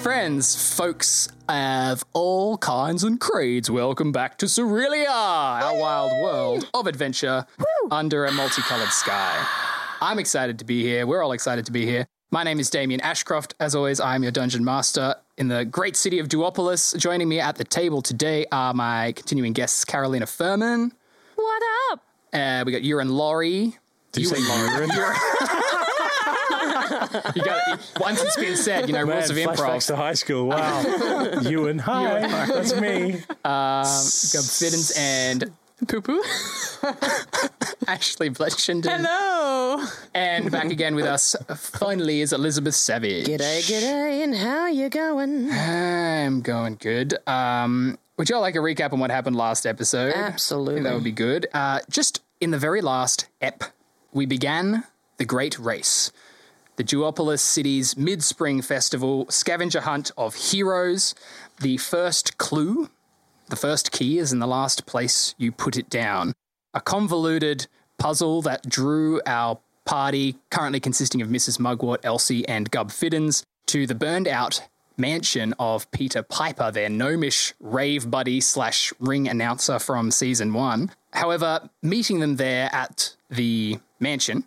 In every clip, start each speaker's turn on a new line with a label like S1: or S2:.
S1: friends, folks of all kinds and creeds, welcome back to Cerealia, our wild world of adventure under a multicolored sky. I'm excited to be here. We're all excited to be here. My name is Damien Ashcroft. As always, I am your dungeon master in the great city of Duopolis. Joining me at the table today are my continuing guests, Carolina Furman.
S2: What up?
S1: Uh, we got Urin Laurie.
S3: Did you say urine?
S1: You got once it's been said, you know,
S3: Man,
S1: rules of improv.
S3: flashbacks to high school. Wow. Ewan, hi. That's me.
S1: Got Fiddens and
S2: Poo poo.
S1: Ashley Bletchenden.
S4: Oh,
S2: Hello.
S1: And back again with us finally is Elizabeth Savage.
S4: G'day, g'day, and how you going?
S1: I'm going good. Um, would y'all like a recap on what happened last episode? I think that would
S4: Absolutely.
S1: be good. Uh, just in the very last ep, we began the Great Race, the Duopolis City's mid spring festival scavenger hunt of heroes, the first clue. The first key is in the last place you put it down. A convoluted puzzle that drew our party, currently consisting of Mrs. Mugwort, Elsie, and Gub Fiddens, to the burned out mansion of Peter Piper, their gnomish rave buddy slash ring announcer from season one. However, meeting them there at the mansion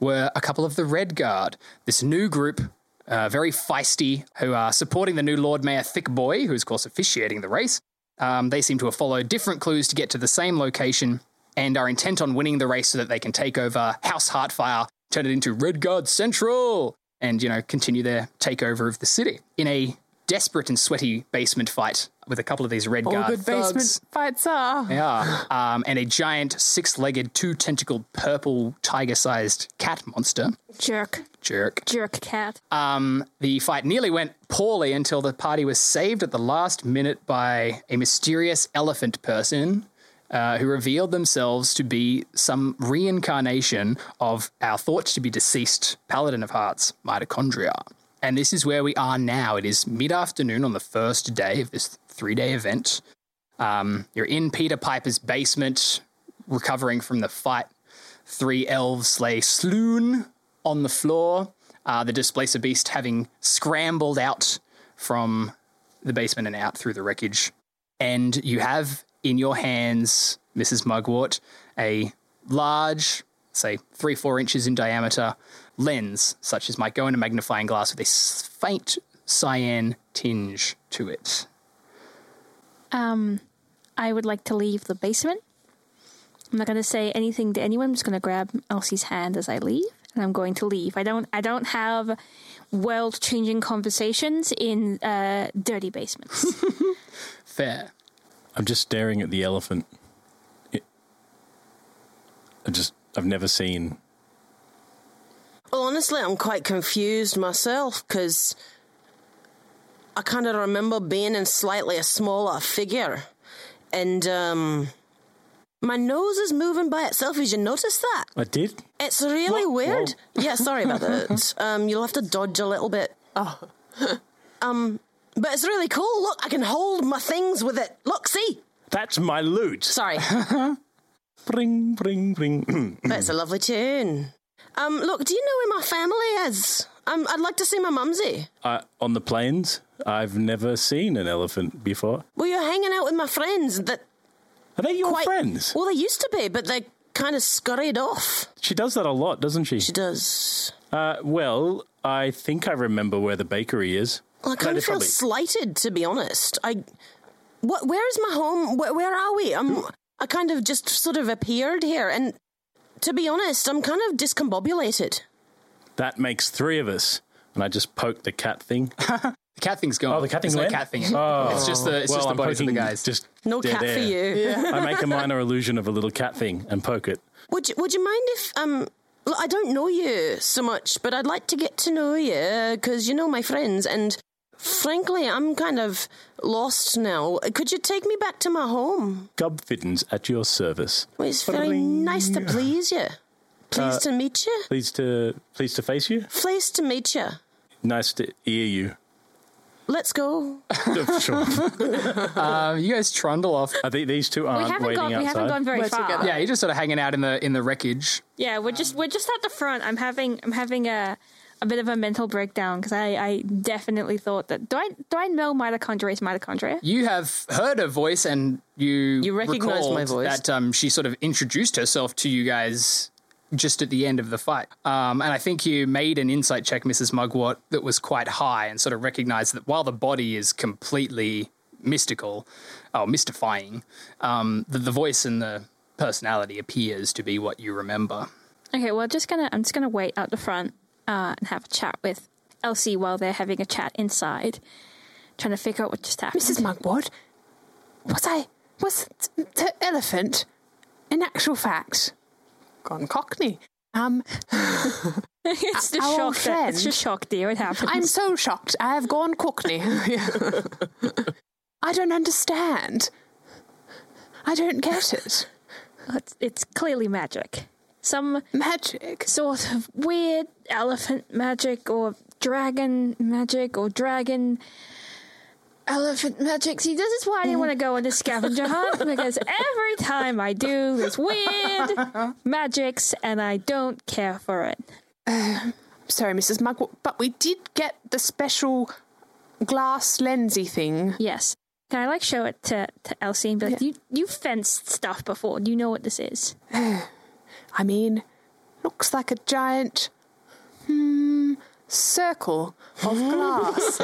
S1: were a couple of the Red Guard, this new group, uh, very feisty, who are supporting the new Lord Mayor Thick Boy, who is, of course, officiating the race. Um, they seem to have followed different clues to get to the same location and are intent on winning the race so that they can take over House Heartfire, turn it into Red Guard Central, and, you know, continue their takeover of the city. In a desperate and sweaty basement fight with a couple of these Red Guard
S2: Good
S1: thugs.
S2: basement fights are.
S1: They are. Um, and a giant six legged, two tentacled, purple, tiger sized cat monster.
S2: Jerk.
S1: Jerk.
S2: Jerk cat.
S1: Um, the fight nearly went poorly until the party was saved at the last minute by a mysterious elephant person uh, who revealed themselves to be some reincarnation of our thought to be deceased Paladin of Hearts, Mitochondria. And this is where we are now. It is mid afternoon on the first day of this three day event. Um, you're in Peter Piper's basement, recovering from the fight three elves lay slewn on the floor, uh, the displacer beast having scrambled out from the basement and out through the wreckage. And you have in your hands, Mrs. Mugwort, a large, say three, four inches in diameter lens, such as might go in a magnifying glass with a s- faint cyan tinge to it.
S5: Um, I would like to leave the basement. I'm not going to say anything to anyone. I'm just going to grab Elsie's hand as I leave, and I'm going to leave. I don't. I don't have world-changing conversations in uh, dirty basements.
S1: Fair.
S3: I'm just staring at the elephant. It- I just, I've never seen.
S4: Well, honestly, I'm quite confused myself because I kind of remember being in slightly a smaller figure. And, um, my nose is moving by itself. Did you notice that?
S3: I did.
S4: It's really weird. Yeah, sorry about that. um, you'll have to dodge a little bit. Oh. um, but it's really cool. Look, I can hold my things with it. Look, see?
S3: That's my loot.
S4: Sorry.
S3: Bring, bring, bring.
S4: That's a lovely tune. Um, look, do you know where my family is? Um, I'd like to see my mumsy.
S3: I, Uh, on the plains, I've never seen an elephant before.
S4: Well, you're hanging out with my friends that
S3: Are they your
S4: quite.
S3: Oh, friends?
S4: Well, they used to be, but they kind of scurried off.
S3: She does that a lot, doesn't she?
S4: She does.
S3: Uh, well, I think I remember where the bakery is.
S4: Well, I
S3: That
S4: kind of
S3: is
S4: feel
S3: probably-
S4: slighted, to be honest. I. What, where is my home? Where, where are we? I'm, I kind of just sort of appeared here, and to be honest, I'm kind of discombobulated.
S3: That makes three of us. And I just poke the cat thing.
S1: The cat thing's gone.
S3: Oh, the cat
S1: There's
S3: thing
S1: no
S3: went?
S1: cat thing.
S3: Oh.
S1: It's just the it's just the
S3: I'm
S1: bodies of the
S3: poking
S1: guys.
S3: Just
S4: No
S3: dead
S4: cat for
S3: air.
S4: you.
S3: I make a minor illusion of a little cat thing and poke it.
S4: Would you, would you mind if um look, I don't know you so much, but I'd like to get to know you because you know my friends, and frankly, I'm kind of lost now. Could you take me back to my home?
S3: Gub Fiddens at your service.
S4: Well, it's very
S3: Ba-ding.
S4: nice to please you. Pleased
S3: Uh,
S4: to meet you.
S3: Pleased to pleased to face you.
S4: Pleased to meet you.
S3: Nice to ear you.
S4: Let's go.
S3: Sure.
S1: Um, you guys trundle off
S3: I think these two
S5: we
S3: aren't
S5: haven't
S3: waiting
S5: gone.
S3: outside.
S5: We haven't gone very
S2: We're
S5: far.
S2: together.
S1: Yeah, you're just sort of hanging out in the in the wreckage.
S5: Yeah, we're just we're just at the front. I'm having I'm having a a bit of a mental breakdown because I, I definitely thought that do I do I know mitochondria is mitochondria?
S1: You have heard her voice, and you
S4: You recognise my
S1: recalled
S4: voice.
S1: That um, she sort of introduced herself to you guys just at the end of the fight, um, and I think you made an insight check, Mrs. Mugwort, that was quite high, and sort of recognised that while the body is completely mystical or mystifying, um, the, the voice and the personality appears to be what you remember.
S5: Okay, well just gonna I'm just gonna wait out the front uh, and have a chat with Elsie while they're having a chat inside, trying to figure out what just happened.
S2: Mrs. Mugwort, was I was t- t- elephant in actual fact gone cockney? Um,
S5: it's the
S2: our
S5: shock. That, it's
S2: friend-
S5: just shock, dear. It happens.
S2: I'm so shocked. I have gone cockney. I don't understand. I don't get it.
S5: It's, it's clearly magic. Some
S2: Magic.
S5: sort of weird elephant magic or dragon magic or dragon elephant magic. See, this is why I didn't want to go on the scavenger hunt because every time I do, there's weird magics and I don't care for it.
S2: Sorry, Mrs. Mugwort, but we did get the special glass lensy thing.
S5: Yes. Can I like show it to, to Elsie and be like, you you fenced stuff before. You know what this is.
S2: I mean, looks like a giant hmm, circle of glass.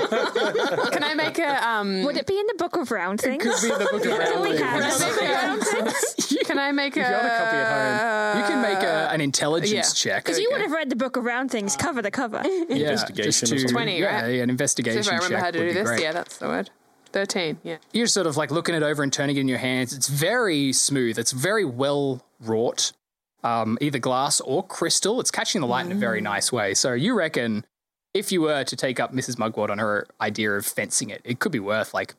S2: Can I make a um?
S5: Would it be in the Book of Round Things?
S1: Mm. Could be the book of
S5: Do we
S1: Round
S5: have
S1: Things.
S5: the Book of Round Things?
S2: Can I make
S1: If you have a copy at home, you can make a, an intelligence
S2: Uh, yeah.
S1: check.
S5: Because you would have read the Book of Round Things cover to cover.
S1: Yeah,
S3: Investigation
S1: just
S3: or
S1: to-
S3: something.
S2: 20,
S1: yeah,
S2: right?
S1: yeah, an
S2: See
S1: investigation
S2: if I remember
S1: check
S2: how to
S1: would
S2: do
S1: be
S2: this.
S1: great.
S2: Yeah, that's the word. Thirteen. Yeah.
S1: you're sort of like looking it over and turning it in your hands. It's very smooth. It's very well wrought, um, either glass or crystal. It's catching the light in a very nice way. So you reckon if you were to take up Mrs. Mugwort on her idea of fencing it, it could be worth like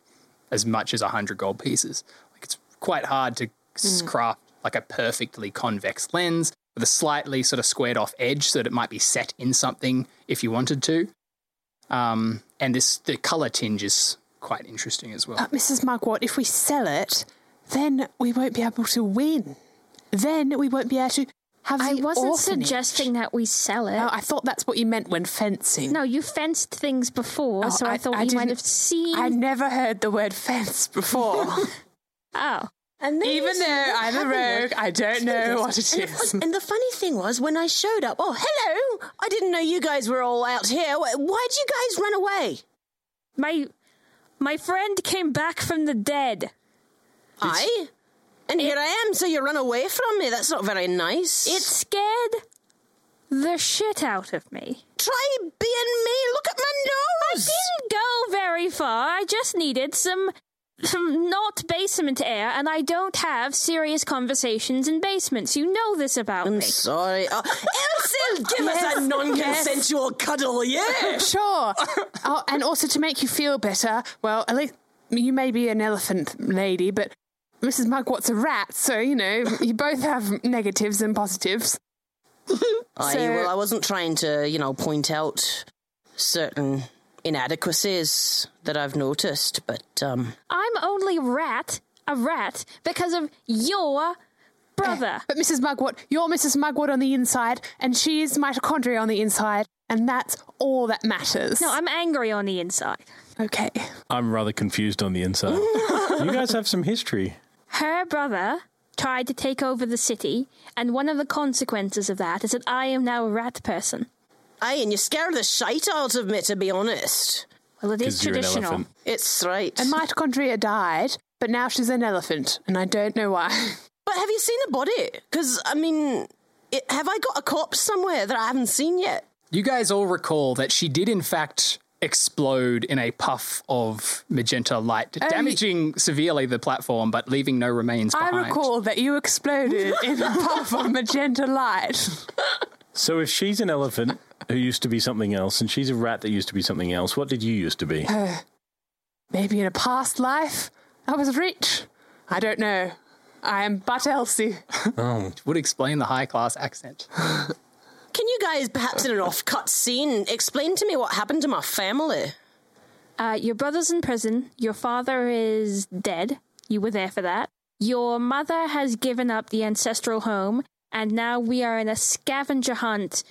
S1: as much as a hundred gold pieces. Like it's quite hard to s- craft like a perfectly convex lens with a slightly sort of squared off edge so that it might be set in something if you wanted to. Um, and this the color tinge is quite interesting as well.
S2: But Mrs. Mugwort, if we sell it, then we won't be able to win. Then we won't be able to have.
S5: I
S2: the
S5: wasn't
S2: orphanage.
S5: suggesting that we sell it.
S2: No, Oh, I thought that's what you meant when fencing.
S5: no, you fenced things before,
S2: Oh,
S5: so I, thought you might
S2: didn't-
S5: have seen.
S2: I never heard the word fence before.
S5: oh, and then
S2: Even though I'm a rogue, I don't know what it is.
S4: And the funny thing was, when I showed up, oh, hello! I didn't know you guys were all out here. Why- Why'd you guys run away?
S5: my my friend came back from the dead.
S4: I? And here I am, so you run away from me. That's not very nice.
S5: It scared the shit out of me.
S4: try being me. Look at my nose.
S5: Didn't go very far. I just needed some some not basement air, and I don't have serious conversations in basements. You know this about
S4: I'm
S5: me.
S4: sorry. Oh, Elsie, give us a non-consensual cuddle. Yeah.
S2: Sure. oh, and also to make you feel better, well, at least you may be an elephant lady, but Mrs. Mugwat's a rat, so, you know, you both have negatives and positives.
S4: I,
S2: So-
S4: well, I wasn't trying to, you know, point out certain inadequacies that I've noticed, but um,
S5: I'm only rat, a rat, because of your brother.
S2: But Mrs. Mugwort, you're Mrs. Mugwort on the inside, and she is mitochondria on the inside, and that's all that matters.
S5: No, I'm angry on the inside.
S2: okay.
S3: I'm rather confused on the inside. you guys have some history.
S5: Her brother tried to take over the city, and one of the consequences of that is that I am now a rat person.
S4: aye, and you scare the shite out of me, to be honest.
S5: Well, it is
S3: Because you're an
S5: traditional.
S3: elephant.
S4: It's right.
S2: And mitochondria died, but now she's an elephant, and I don't know why.
S4: but have you seen a body? Because I mean, it, have I got a corpse somewhere that I haven't seen yet?
S1: You guys all recall that she did, in fact, explode in a puff of magenta light, damaging severely the platform but leaving no remains
S2: I
S1: behind.
S2: recall that you exploded in a puff of magenta light.
S3: So if she's an elephant who used to be something else and she's a rat that used to be something else, what did you used to be?
S2: Maybe in a past life, I was rich. I don't know. I am but Elsie.
S1: would explain the high class accent.
S4: Can you guys, perhaps in an off-cut scene, explain to me what happened to my family?
S5: Uh, your brother's in prison. Your father is dead. You were there for that. Your mother has given up the ancestral home, and now we are in a scavenger hunt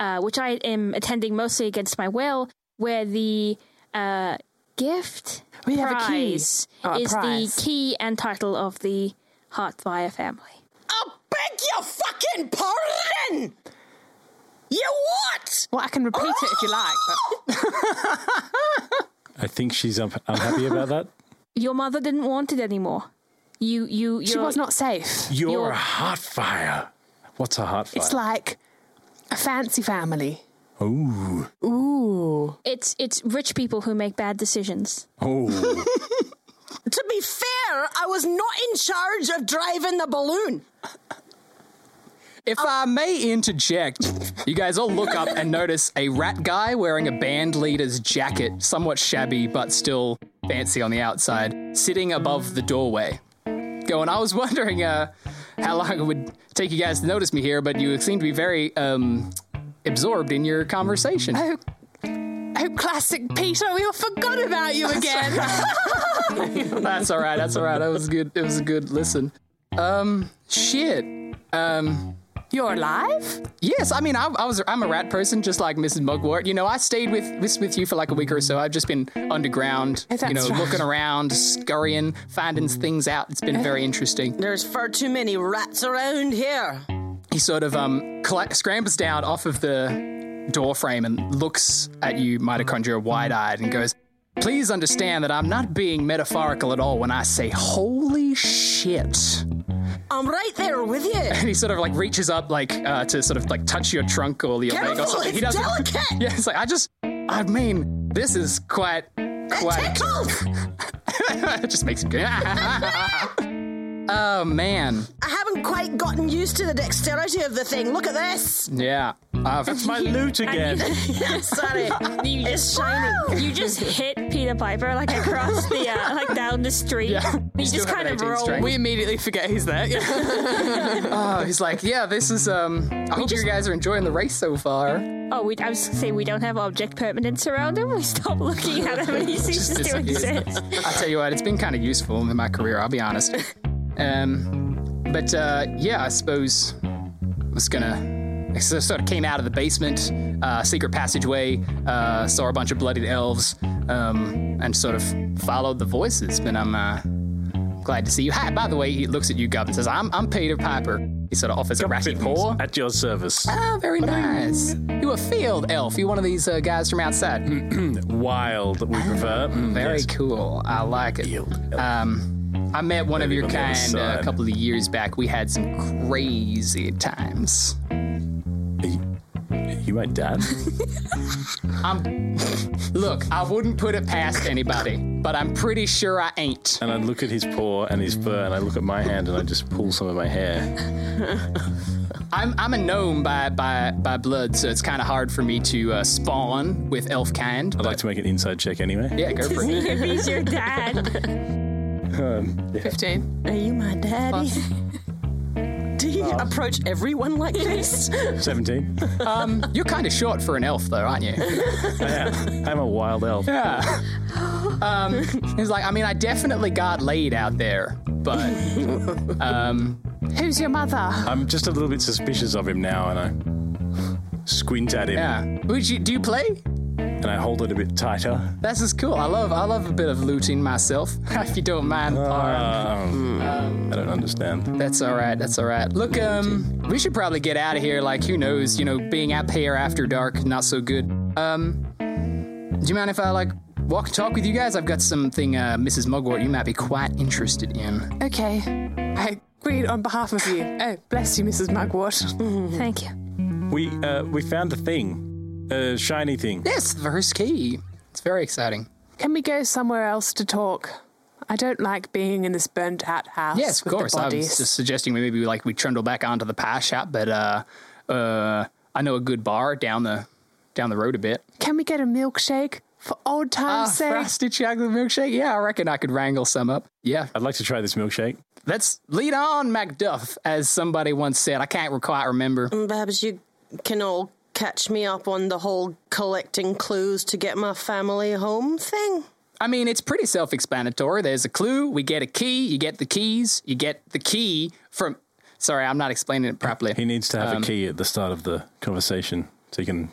S5: uh, which I am attending mostly against my will, where the uh, gift
S2: We have a key.
S5: prize
S2: Oh, a
S5: is
S2: prize.
S5: the key and title of the Heartfire family.
S4: I beg your fucking pardon! You what?
S2: Well, I can repeat it if you like. But
S3: I think she's un- unhappy about that.
S5: Your mother didn't want it anymore. You, you,
S2: she was not safe.
S3: You're,
S5: You're-
S3: a hot fire. What's a hot fire?
S2: It's like a fancy family.
S3: Ooh.
S2: Ooh.
S5: It's it's rich people who make bad decisions.
S3: Oh.
S4: To be fair, I was not in charge of driving the balloon.
S1: If I may interject, you guys all look up and notice a rat guy wearing a band leader's jacket, somewhat shabby but still fancy on the outside, sitting above the doorway. Going, I was wondering uh, how long it would take you guys to notice me here, but you seem to be very um, absorbed in your conversation.
S2: Oh, oh, classic Peter, we all forgot about you again.
S1: That's all right. That's all right. That was good. It was a good listen. Um, shit.
S2: You're alive?
S1: Yes, I mean, I, I was, I'm a rat person, just like Mrs. Mugwort. You know, I stayed with with, with you for like a week or so. I've just been underground,
S2: Oh, that's
S1: you know,
S2: right.
S1: looking around, scurrying, finding things out. It's been very interesting.
S4: There's far too many rats around here.
S1: He sort of um cla scrambles down off of the door frame and looks at you, mitochondria, wide eyed, and goes, "Please understand that I'm not being metaphorical at all when I say holy shit."
S4: I'm right there with you.
S1: And he sort of like reaches up, like uh, to sort of like touch your trunk or your leg or
S4: Careful,
S1: something.
S4: it's
S1: he doesn't.
S4: delicate.
S1: Yeah, it's like I just, I mean, this is quite,
S4: It
S1: quite.
S4: tickles.
S1: it just makes him go. oh man,
S4: I haven't quite gotten used to the dexterity of the thing. Look at this.
S1: yeah. Uh, I've,
S3: That's my loot again.
S4: Sorry.
S5: You just
S4: Shiny.
S5: you just hit Peter Piper like across the uh, like down the street. You
S1: still
S5: just
S1: have
S5: kind
S1: an
S5: of
S1: 18
S5: roll.
S1: strength.
S2: We immediately forget he's there.
S1: oh, he's like, yeah, this is. Um, I hope you guys are enjoying the race so far.
S5: Oh, we, I was saying we don't have object permanence around him. We stop looking at him and he ceases
S1: It's-
S5: to
S1: it's-
S5: exist.
S1: I tell you what, it's been kind of useful in my career. I'll be honest. Um, but uh, yeah, I suppose I was gonna. I so- sort of came out of the basement, uh, secret passageway, uh, saw a bunch of bloodied elves, um, and sort of followed the voices. But I'm uh, glad to see you. Hi, by the way, he looks at you, Gub, and says, "I'm I'm Peter Piper." He sort of offers a ratty paw.
S3: At your service.
S1: Ah, very nice. You a field elf? You one of these uh, guys from outside?
S3: Wild, we prefer. Mm,
S1: Very
S3: yes.
S1: cool. I like it.
S3: Field.
S1: Um, I met one of
S3: Maybe
S1: your
S3: on the other
S1: kind uh, a
S3: side.
S1: couple of years back. We had some crazy times.
S3: Are you, are you my dad?
S1: I'm look. I wouldn't put it past anybody, but I'm pretty sure I ain't.
S3: and I look at his paw and his fur, and I look at my hand, and I just pull some of my hair.
S1: I'm I'm a gnome by by by blood, so it's kind of hard for me to uh, spawn with elf kind.
S3: I'd like to make an inside check anyway.
S1: Yeah, go for it.
S5: If he's your dad,
S2: 15.
S3: Um,
S4: Are you my daddy? Do you approach everyone like this?
S3: 17.
S1: You're kind of short for an elf, though, aren't you?
S3: I'm a wild elf.
S1: Yeah. Um, he's like, I mean, I definitely got laid out there, but
S2: Who's your mother?
S3: I'm just a little bit suspicious of him now, and I squint at him,
S1: yeah. Would you do you play?
S3: and I hold it a bit tighter.
S1: This is cool. I love I love a bit of looting myself, if you don't mind. Parm.
S3: Um,
S1: Mm.
S3: I don't understand.
S1: That's all right. That's all right. Look, um, we should probably get out of here. Like, who knows? You know, being up here after dark, not so good. Um, do you mind if I like walk and talk with you guys? I've got something, uh, Mrs. Mugwort, you might be quite interested in.
S2: Okay. I agreed on behalf of you. Oh, bless you, Mrs. Mugwort.
S5: thank you.
S3: We uh, we found a thing, a shiny thing.
S1: Yes, the first key. It's very exciting.
S2: Can we go somewhere else to talk? I don't like being in this burnt out house.
S1: Yes, of
S2: with the
S1: course. I
S2: bodies.
S1: was just suggesting we maybe like we trundle back onto the pie shop, but uh, uh, I know a good bar down the down the road a bit.
S2: Can we get a milkshake for old
S1: Ah,
S2: time's sake?
S1: frosted chocolate milkshake. Yeah, I reckon I could wrangle some up. Yeah,
S3: I'd like to try this milkshake.
S1: let's lead on MacDuff, as somebody once said. I can't quite remember.
S4: Babs, you can all catch me up on the whole collecting clues to get my family home thing.
S1: I mean, it's pretty self-explanatory. There's a clue. We get a key. You get the keys. You get the key from. Sorry, I'm not explaining it properly. Um,
S3: He needs to have a key at the start of the conversation so you can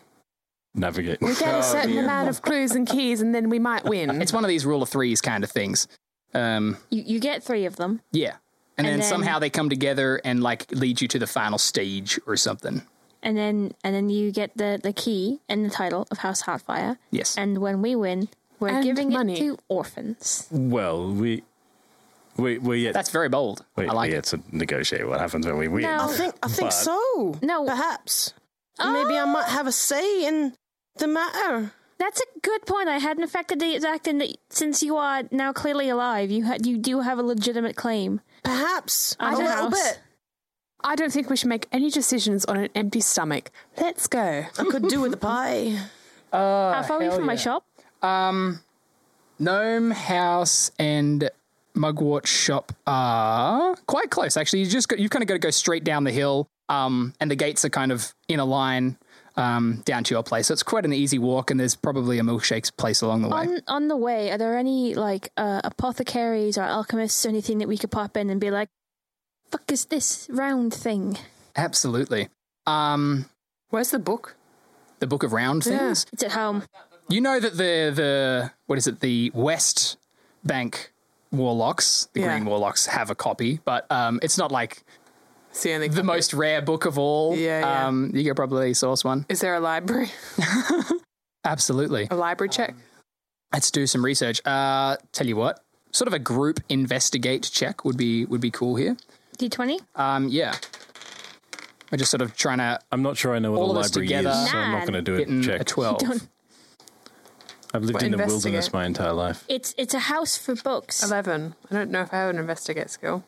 S3: navigate.
S2: We get
S1: Oh,
S2: a certain
S1: dear.
S2: amount of clues and keys, and then we might win.
S1: It's one of these rule of threes kind of things. Um,
S5: You, you get three of them.
S1: yeah. And,
S5: And
S1: then,
S5: then-
S1: somehow they come together and like lead you to the final stage or something.
S5: and then and then you get the the key and the title of House Hotfire.
S1: Yes.
S5: And when we win, we're
S2: And
S5: giving
S2: money.
S5: it to orphans.
S3: Well, we we we yet
S1: That's very bold.
S3: wait,
S1: I like it.
S3: we yet to negotiate what happens when we win.
S5: No.
S4: I think I think
S3: But-
S4: so.
S5: No.
S4: perhaps maybe I might have a say in the matter.
S5: Oh, That's a good point. I hadn't affected the exact and that since you are now clearly alive, you ha- you do have a legitimate claim.
S4: Perhaps Oh,
S5: I
S4: a
S5: don't
S4: little
S5: know.
S4: bit.
S2: I don't think we should make any decisions on an empty stomach. Let's go.
S4: I could do with the pie.
S5: How far are we
S1: Oh, hell
S5: from my
S1: yeah.
S5: shop?
S1: Um, Gnome House and Mugwort Shop are quite close, actually. You just got, you've kind of got to go straight down the hill, um, and the gates are kind of in a line um, down to your place. So it's quite an easy walk, and there's probably a milkshake's place along the way.
S5: On on the way, are there any like uh, apothecaries or alchemists or anything that we could pop in and be like, "Fuck is this round thing?"
S1: Absolutely. Um,
S2: Where's the book?
S1: the Book of Round Things.
S5: It's at home.
S1: You know that the the what is it? The West Bank warlocks, the
S2: Yeah.
S1: Green Warlocks, have a copy, but um, it's not like
S2: It's the only.
S1: the most rare book of all.
S2: Yeah, yeah.
S1: Um, you could probably source one.
S2: Is there a library?
S1: Absolutely.
S2: A library check?
S1: Let's do some research. Uh, tell you what, sort of a group investigate check would be would be cool here.
S5: D twenty.
S1: Um, yeah, we're just sort of trying to
S3: I'm not sure I know what
S1: All
S3: a
S1: of us
S3: library
S1: together.
S3: is, so I'm
S5: Nine.
S3: not going to do
S1: get
S3: it.
S1: in
S3: Check.
S1: a twelve.
S5: Don't.
S3: I've lived
S2: Well,
S3: in the wilderness
S2: investigate.
S3: my entire life.
S5: It's it's a house for books.
S2: Eleven. I don't know if I have an investigate skill.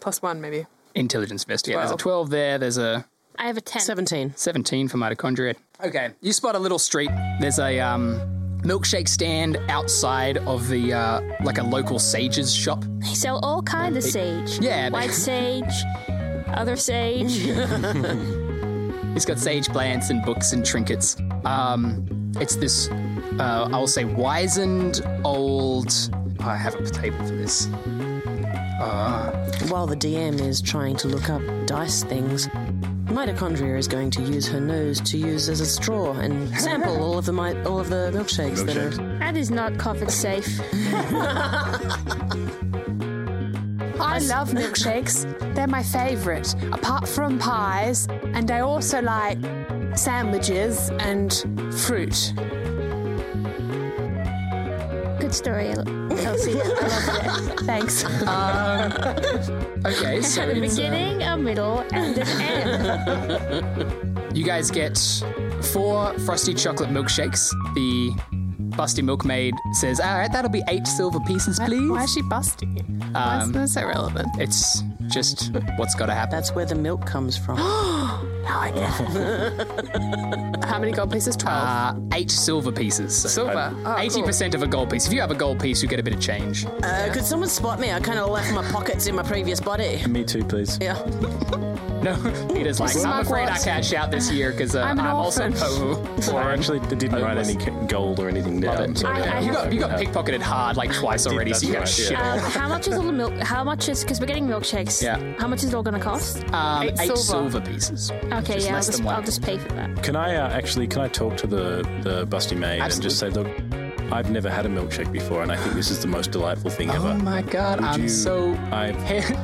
S2: Plus one, maybe.
S1: Intelligence investigate. There's a
S2: Twelve.
S1: twelve there. There's a
S5: I have a ten.
S4: Seventeen.
S1: 17 for mitochondria. Okay, you spot a little street. There's a um, milkshake stand outside of the, uh, like a local sage's shop.
S5: They sell all kind of sage.
S1: Yeah,
S5: White
S1: they-
S5: sage, other sage.
S1: He's got sage plants and books and trinkets. Um, it's this, uh, I will say, wizened old. oh, I have a table for this.
S4: While the DM is trying to look up dice things, mitochondria is going to use her nose to use as a straw and sample all of the mi- all of the milkshakes that are.
S5: that is not COVID safe.
S2: I love milkshakes. They're my favourite, apart from pies. And I also like sandwiches and fruit.
S5: Good story, El- Elsie. I loved it. Thanks.
S1: Okay, so
S5: At the
S1: it's, uh,
S5: beginning, a middle, and an end.
S1: you guys get four frosty chocolate milkshakes. The busty milkmaid says, All right, that'll be eight silver pieces, please. Um,
S2: Why is she busty? Why is that so relevant?
S1: It's just what's got to happen.
S4: That's where the milk comes from.
S2: Now I get it. How many gold pieces? Twelve.
S1: Uh, eight silver pieces. So
S2: Silver. Oh, cool.
S1: Eighty percent of a gold piece. If you have a gold piece, you get a bit of change.
S4: Uh, could someone spot me? I kind of left my pockets in my previous body.
S3: Me too, please.
S4: Yeah.
S1: No, Peter's like, I'm
S2: Mugwort.
S1: afraid I can't shout this year because uh, I'm,
S2: I'm an
S1: also
S2: orphan."
S1: po. poor.
S3: I actually didn't write any ca- gold or anything down. So
S5: I- I
S1: you got you got
S3: have-
S1: pickpocketed hard like twice already, so you got
S3: that's
S1: shit.
S3: right,
S5: Um, how much is all the milk? How much is because we're getting milkshakes?
S1: Yeah.
S5: How much is it all going to cost?
S1: Um, eight,
S2: Eight
S1: silver.
S2: silver.
S1: pieces.
S5: Okay,
S1: is
S5: yeah, I'll
S1: less
S5: just,
S1: than one.
S5: I'll just pay for that.
S3: Can I uh, actually? Can I talk to the the busty maid and just say, look, I've never had a milkshake before, and I think this is the most delightful thing
S1: Oh
S3: ever.
S1: my god,
S3: Would
S1: I'm
S3: you-
S1: so.
S3: I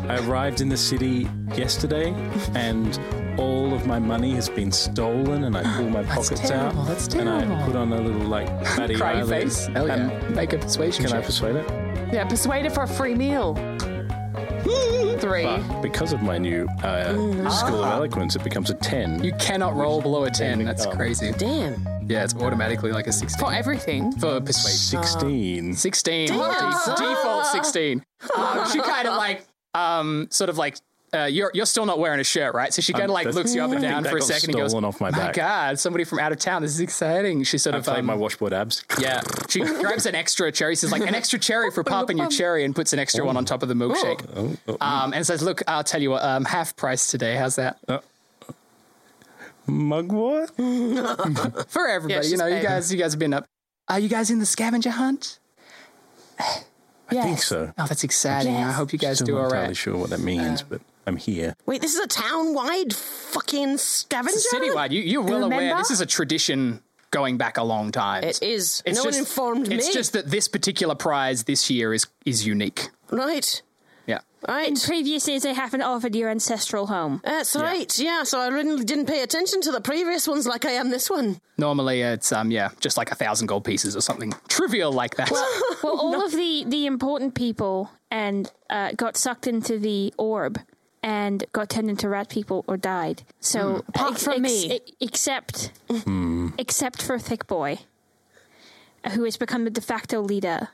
S3: I arrived in the city yesterday, and all of my money has been stolen. And I pull my pockets
S1: terrible,
S3: out,
S1: that's
S3: and I
S1: terrible.
S3: put on a little like batty
S1: Cry
S3: eyelid.
S1: face. Hell yeah.
S3: and
S1: Um, Make a persuasion
S3: Can I
S1: check.
S3: persuade her?
S2: Yeah, persuade her for a free meal. Three.
S3: But because of my new uh, school of eloquence, it becomes a ten.
S1: Ah. you cannot roll below a ten.
S3: Depending
S1: That's
S3: on-
S1: crazy.
S4: Damn.
S1: Yeah, it's automatically like a sixteen
S2: For everything.
S1: for persuasion.
S3: Sixteen.
S1: 16 Default- default 16 um, she kind of like um sort of like uh, you're you're still not wearing a shirt right so she kind of
S3: Um,
S1: like
S3: that's-
S1: looks you up and
S3: I think
S1: down
S3: that
S1: for a
S3: got
S1: second and goes
S3: stolen off my back."
S1: god somebody from out of town this is exciting she sort
S3: I
S1: of
S3: played
S1: um,
S3: my washboard abs.
S1: yeah she grabs an extra cherry says like an extra cherry for popping your cherry and puts an extra one on top of
S3: Oh.
S1: the milkshake um and says look I'll tell you what um half price today how's that
S3: Oh. Mugwort.
S1: for everybody you
S2: she's
S1: know you
S2: paid.
S1: guys you guys have been up are you guys in the scavenger hunt
S3: I think
S2: Yes.
S3: so.
S1: Oh, that's exciting. I
S5: Yes.
S1: hope you guys
S3: Still
S1: do
S3: not
S1: all
S3: entirely
S1: right.
S3: sure what that means, but I'm here.
S4: Wait, this is a town-wide fucking scavenger.
S1: It's citywide. You, you're well aware
S2: Remember?
S1: this is a tradition going back a long time.
S4: It is. no one informed me.
S1: It's just that this particular prize this year is is unique.
S4: right.
S1: Yeah.
S5: In
S4: Right.
S5: previous years, they haven't offered your ancestral home.
S4: That's right. Yeah. So I really didn't pay attention to the previous ones like I am this one.
S1: Normally it's um yeah, just like a thousand gold pieces or something trivial like that.
S5: Well, all of the, the important people and uh, got sucked into the orb and got turned into rat people or died. So uh,
S2: Apart from me.
S5: e- except Hmm. except for Thick Boy, uh, who has become the de facto leader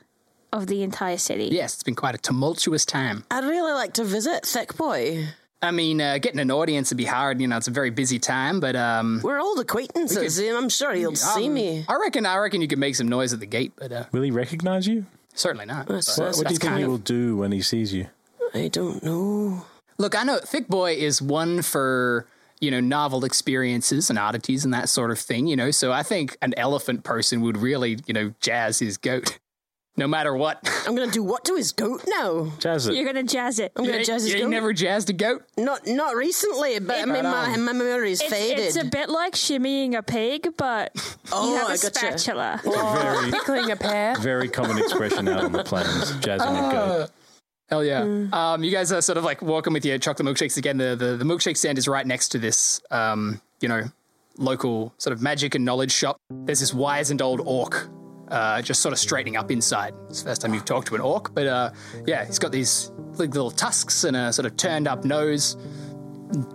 S5: of the entire city.
S1: yes, it's been quite a tumultuous time.
S4: I'd really like to visit Thick Boy.
S1: I mean, uh, getting an audience would be hard. You know, it's a very busy time, but um,
S4: We're old acquaintances. I'm sure he'll see
S1: um,
S4: me.
S1: I reckon, I reckon you could make some noise at the gate, but uh,
S3: Will he recognize you?
S1: certainly not.
S4: That's-
S1: But-
S3: What, what do you think
S1: kind
S3: he
S1: of-
S3: will do when he sees you?
S4: I don't know.
S1: Look, I know Thick Boy is one for you know novel experiences and oddities and that sort of thing. You know, so I think an elephant person would really you know jazz his goat, no matter what.
S4: I'm gonna do what to his goat now?
S3: Jazz it.
S5: You're gonna jazz it.
S4: I'm gonna
S1: You-
S4: jazz his
S1: you
S4: goat.
S1: never jazzed a goat.
S4: Not not recently, but I mean my, my memory's
S5: It's,
S4: faded.
S5: it's a bit like shimmying a pig, but
S4: Oh,
S5: you have a
S4: I gotcha.
S5: spatula.
S3: Very,
S2: Pickling a pear.
S3: very common expression out on the plains. Jazzing a goat.
S1: Ah. Hell yeah! Um, you guys are sort of like walking with your chocolate milkshakes again. The the, the milkshake stand is right next to this, um, you know, local sort of magic and knowledge shop. There's this wizened old orc, uh, just sort of straightening up inside. It's the first time you've talked to an orc, but uh, yeah, he's got these like little tusks and a sort of turned up nose,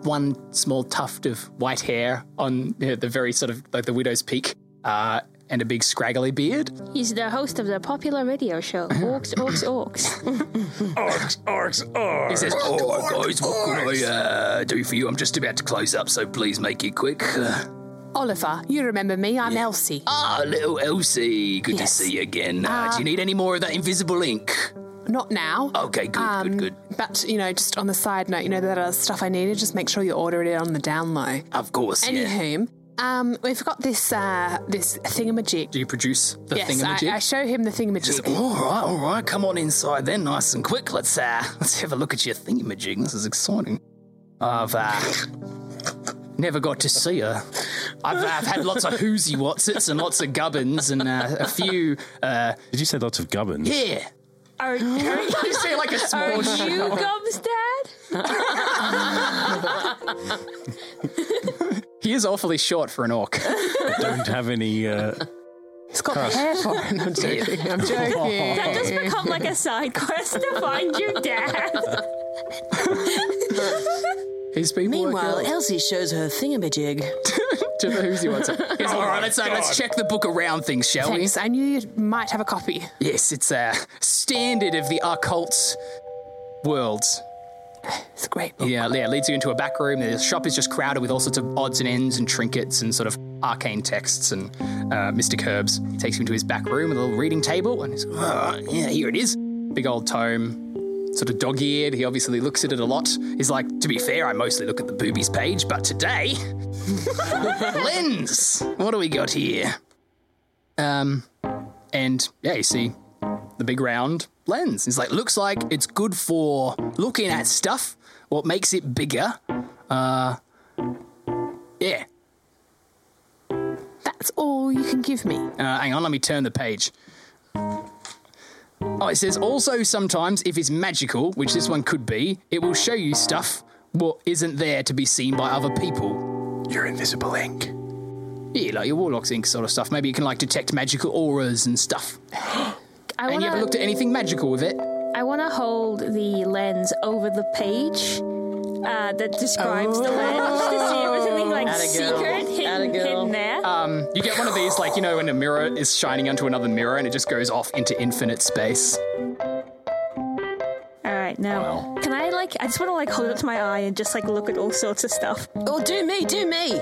S1: one small tuft of white hair on you know, the very sort of like the widow's peak, uh, and a big scraggly beard.
S5: He's the host of the popular radio show Orcs, Orcs, Orcs.
S1: He says, "All right, guys, what can I uh, do for you? I'm just about to close up, so please make it quick." Uh,
S2: Oliver, you remember me. I'm Elsie.
S1: Ah, little Elsie, good
S2: Yes.
S1: to see you again. Uh, do you need any more of that invisible ink?
S2: Not now. Um,
S1: Okay, good, good, good.
S2: But, you know, just on the side note, you know, that other stuff I needed, just make sure you order it on the down low.
S1: Of course, yeah.
S2: Anywho, um, we've got this uh, this thingamajig.
S1: Do you produce the
S2: yes,
S1: thingamajig?
S2: I, I show him the
S1: Just,
S2: thingamajig.
S1: all right, all right. Come on inside then, nice and quick. Let's uh, let's have a look at your thingamajig. This is exciting. I've uh, never got to see her. I've, uh, I've had lots of whoozy watsits and lots of gubbins and uh, a few. Uh,
S3: Did you say lots of gubbins?
S1: yeah,
S5: Are, are, you-
S1: you say like a
S5: are
S1: small.
S5: you Gums Dad?
S1: He is awfully short for an orc.
S3: I don't have any. Uh,
S2: It's got hair for it. I'm joking. I'm joking.
S5: That just become like a side quest to find your dad.
S1: He's been
S4: Meanwhile,
S1: working
S4: Elsie shows her thingamajig.
S1: to the who's he wants. it. He's all right. Let's uh, let's check the book around things, shall we?
S2: Thanks. I knew you might have a copy.
S1: Yes, it's a standard of the occult worlds.
S2: It's a great. book.
S1: Yeah, yeah. Leads you into a back room. The shop is just crowded with all sorts of odds and ends and trinkets and sort of arcane texts and uh, mystic herbs. He takes him to his back room with a little reading table and he's all right. Yeah, here it is. Big old tome. sort of dog eared. He obviously looks at it a lot. He's like, to be fair, I mostly look at the boobies page, but today. lens! What do we got here? Um, and yeah, you see the big round lens. He's like, looks like it's good for looking at stuff, what makes it bigger. Uh, yeah.
S2: That's all you can give me.
S1: Uh, hang on, let me turn the page. Oh, it says also sometimes if it's magical, which this one could be, it will show you stuff what isn't there to be seen by other people.
S3: Your invisible ink.
S1: Yeah, like your warlock's ink sort of stuff. Maybe you can like detect magical auras and stuff.
S5: I
S1: And you haven't
S5: wanna,
S1: looked at anything magical with it.
S5: I wanna hold the lens over the page uh, that describes the lens to see if
S1: Oh.
S5: there's anything like secret hidden, hidden there.
S1: Um, You get one of these, like you know, when a mirror is shining onto another mirror, and it just goes off into infinite space.
S5: all right, now can I like? I just wanna like hold it to my eye and just like look at all sorts of stuff.
S4: Oh, do me, do me.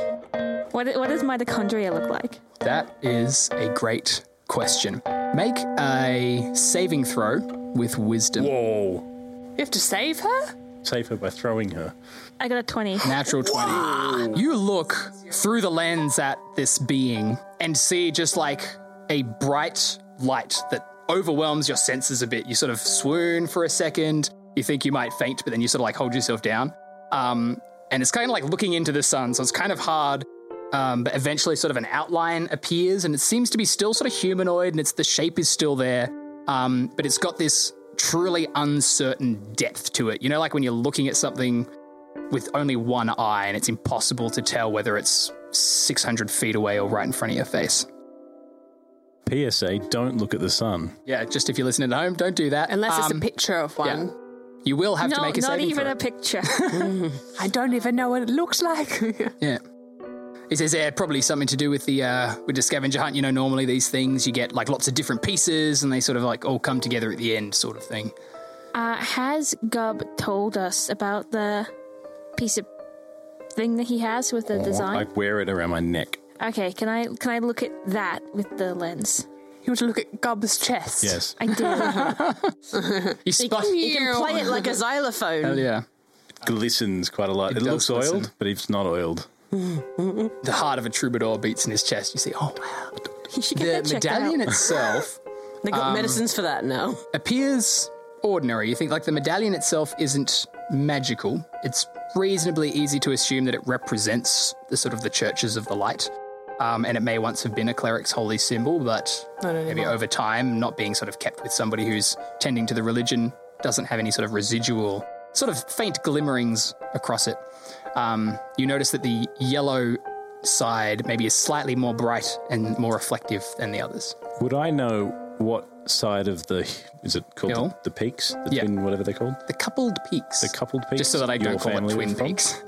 S5: What what does mitochondria look like?
S1: That is a great question. Make a saving throw with wisdom.
S3: Whoa.
S2: You have to save her?
S3: Save her by throwing her.
S5: I got a twenty.
S1: Natural 20. You look through the lens at this being and see just like a bright light that overwhelms your senses a bit. You sort of swoon for a second. You think you might faint, but then you sort of like hold yourself down. Um, and it's kind of like looking into the sun, so it's kind of hard. Um, but eventually, sort of an outline appears, and it seems to be still sort of humanoid, and it's the shape is still there, um, but it's got this truly uncertain depth to it. You know, like when you're looking at something with only one eye, and it's impossible to tell whether it's 600 feet away or right in front of your face.
S3: PSA, don't look at the sun.
S1: Yeah, just if you're listening at home, don't do that.
S2: Unless it's a
S1: Um,
S2: picture of one.
S1: You will have to
S5: No,
S1: make a
S5: not
S1: saving
S5: even
S1: throw.
S5: a picture.
S2: I don't even know what it looks like.
S1: Yeah. He says, yeah, probably something to do with the uh, with the scavenger hunt. You know, normally these things you get like lots of different pieces, and they sort of like all come together at the end, sort of thing.
S5: Uh, has Gub told us about the piece of thing that he has with the
S3: Oh, I
S5: design?
S3: wear it around my neck.
S5: Okay, can I can I look at that with the lens?
S2: you want to look at Gub's chest?
S3: Yes.
S5: I do.
S1: You spot,
S4: You can play it like a xylophone.
S1: Hell yeah,
S3: Glistens quite a lot. It,
S1: It
S3: looks
S1: does
S3: oiled,
S1: glisten.
S3: but it's not oiled.
S1: the heart of a troubadour beats in his chest. You see, oh wow,
S5: you should get
S1: the
S5: that checked
S1: medallion
S5: out.
S1: itself
S4: They got
S1: Um,
S4: medicines for that now.
S1: appears ordinary. You think like the medallion itself isn't magical. It's reasonably easy to assume that it represents the sort of the churches of the light. Um, and it may once have been a cleric's holy symbol, but maybe over time, not being sort of kept with somebody who's tending to the religion, doesn't have any sort of residual, sort of faint glimmerings across it. Um, you notice that the yellow side maybe is slightly more bright and more reflective than the others.
S3: Would I know what side of the is it called
S1: Hill?
S3: the, the peaks? The
S1: Yeah.
S3: twin whatever they're called?
S1: The coupled peaks.
S3: The coupled peaks.
S1: Just so that I
S3: your
S1: don't call it
S3: family
S1: Twin
S3: was from?
S1: Peaks.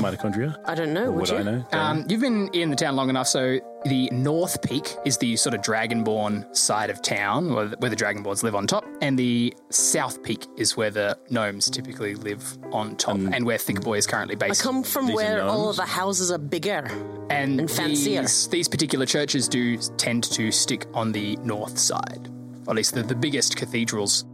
S3: Mitochondria?
S4: Mm. I don't know, would
S3: Would
S4: you?
S3: I know?
S1: Um, you've been in the town long enough, so the North Peak is the sort of Dragonborn side of town, where the, where the Dragonborns live on top, and the South Peak is where the gnomes typically live on top, and where Thick Boy is currently
S4: I
S1: based.
S4: come from
S3: These are
S4: where all of
S3: gnomes?
S4: the houses are bigger.
S1: and
S4: and fancier.
S1: these, these particular churches do tend to stick on the north side, or at least the, the biggest cathedrals.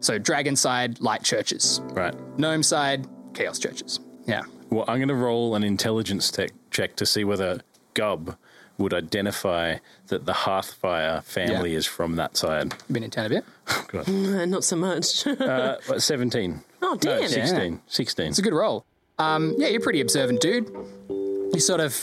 S1: So Dragon side, light churches.
S3: Right.
S1: Gnome side, chaos churches. Yeah.
S3: Well, I'm going to roll an intelligence tech check to see whether Gub would identify that the Hearthfire family is from that side.
S1: Been in town a bit.
S4: Uh, Not so much.
S3: Uh, what, 17.
S4: oh, damn.
S3: No, 16. 16.
S1: It's a good roll. Um, yeah, you're a pretty observant, dude. You sort of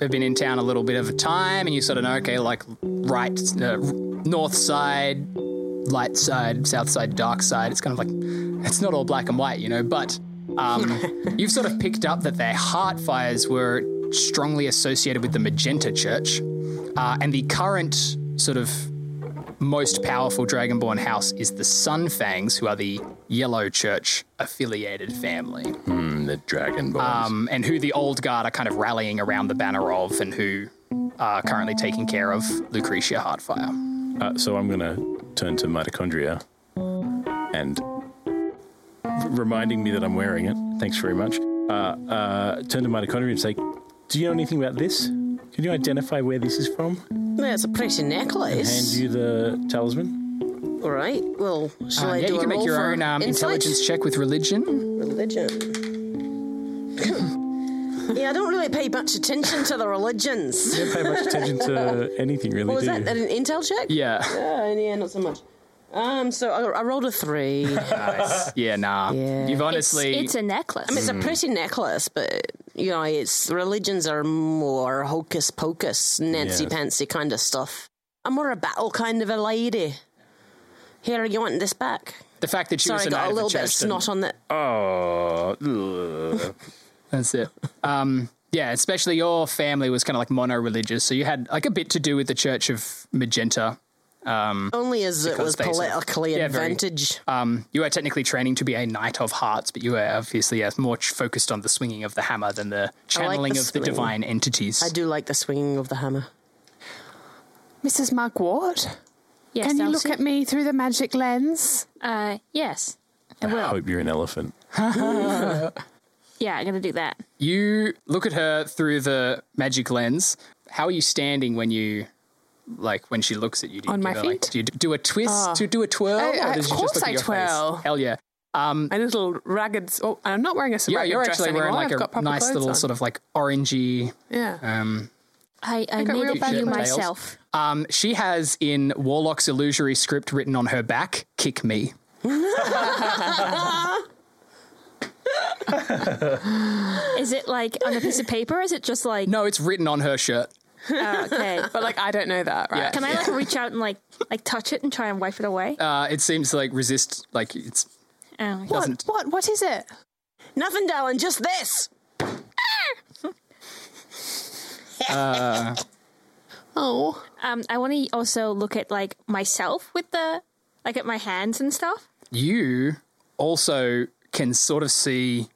S1: have been in town a little bit of a time, and you sort of know, okay, like right, uh, north side, light side, south side, dark side. It's kind of like it's not all black and white, you know. But um, you've sort of picked up that their heart fires were strongly associated with the Magenta Church, uh, and the current sort of most powerful Dragonborn house is the Sunfangs, who are the Yellow Church affiliated family,
S3: Mm, the Dragon Balls.
S1: um, and who the Old Guard are kind of rallying around the banner of, and who are currently taking care of Lucretia Heartfire.
S3: Uh, so I'm going to turn to mitochondria and reminding me that I'm wearing it. Thanks very much. Uh, uh, turn to mitochondria and say, Do you know anything about this? Can you identify where this is from?
S4: Yeah, it's a pretty
S3: Hand
S4: necklace.
S3: you the talisman.
S4: All right. Well, shall
S1: Um,
S4: I
S1: yeah,
S4: do
S1: you
S4: a
S1: can make
S4: roll
S1: your
S4: for
S1: own um,
S4: insight?
S1: intelligence check with religion.
S4: Religion. yeah, I don't really pay much attention to the religions.
S3: You don't pay much attention to anything, really,
S4: What was
S3: do
S4: that?
S3: you?
S4: An intel check?
S1: Yeah,
S4: Uh, yeah, not so much. Um, so I, I rolled a three. I
S1: nice. Yeah, nah.
S4: Yeah.
S1: You've
S5: It's,
S1: honestly
S5: it's a necklace.
S4: mean, it's a
S1: Hmm.
S4: pretty necklace, but you know, it's religions are more hocus pocus, Nancy
S3: Yes.
S4: Pansy kind of stuff. I'm more a battle kind of a lady. Here, you want this back?
S1: the fact that she
S4: Sorry,
S1: was
S4: I
S1: a
S4: got
S1: knight
S4: a little
S1: of the
S4: bit of
S1: church. and-
S4: snot on that.
S3: Oh, ugh.
S1: That's it. Um, yeah, especially your family was kind of like mono-religious, so you had like a bit to do with the Church of Magenta.
S4: Only as it
S1: Because
S4: was
S1: they sort of-
S4: politically
S1: Yeah, very-
S4: advantage.
S1: Um, you are technically training to be a knight of hearts, but you are obviously yes, more ch- focused on the swinging of the hammer than the channeling
S4: the
S1: of the
S4: swing.
S1: divine entities.
S4: I do like the swinging of the hammer.
S2: Mrs. Mugwort,
S5: yes,
S2: can you look
S5: Elsie?
S2: at me through the magic lens?
S5: Uh, yes, I
S3: I
S5: will.
S3: hope you're an elephant.
S5: Yeah, I'm gonna do that.
S1: You look at her through the magic lens. How are you standing when you, like, when she looks at you? Do you
S2: On
S1: give
S2: my
S1: her, like,
S2: feet?
S1: do you d- do a twist? Do you do a twirl?
S2: I- I-
S1: or
S2: of
S1: does she
S2: course
S1: just look
S2: I
S1: at your
S2: twirl.
S1: Face? Hell yeah. Um,
S2: A little ragged. Oh, I'm not wearing a
S1: Yeah,
S2: ragged
S1: you're
S2: dress
S1: actually wearing
S2: anymore.
S1: like
S2: I've got
S1: a
S2: proper
S1: nice
S2: clothes
S1: little
S2: on.
S1: sort of like orangey.
S2: Yeah.
S1: Um,
S5: I, I
S2: got
S5: made
S2: real
S5: it for you
S2: baggy legs.
S5: myself.
S1: Um, she has in Warlock's illusory script written on her back, "Kick me."
S5: Is it like on a piece of paper? Or is it just like
S1: No, it's written on her shirt.
S5: Oh, okay?
S2: But like, I don't know that, right?
S5: Can I like reach out and like like touch it and try and wipe it away?
S1: Uh, it seems like resist, like it's
S5: oh, okay.
S2: What? What? What is it?
S4: Nothing, darling, just this.
S2: Oh,
S5: Um, I want to also look at like myself with the like at my hands and stuff.
S1: you also can sort of see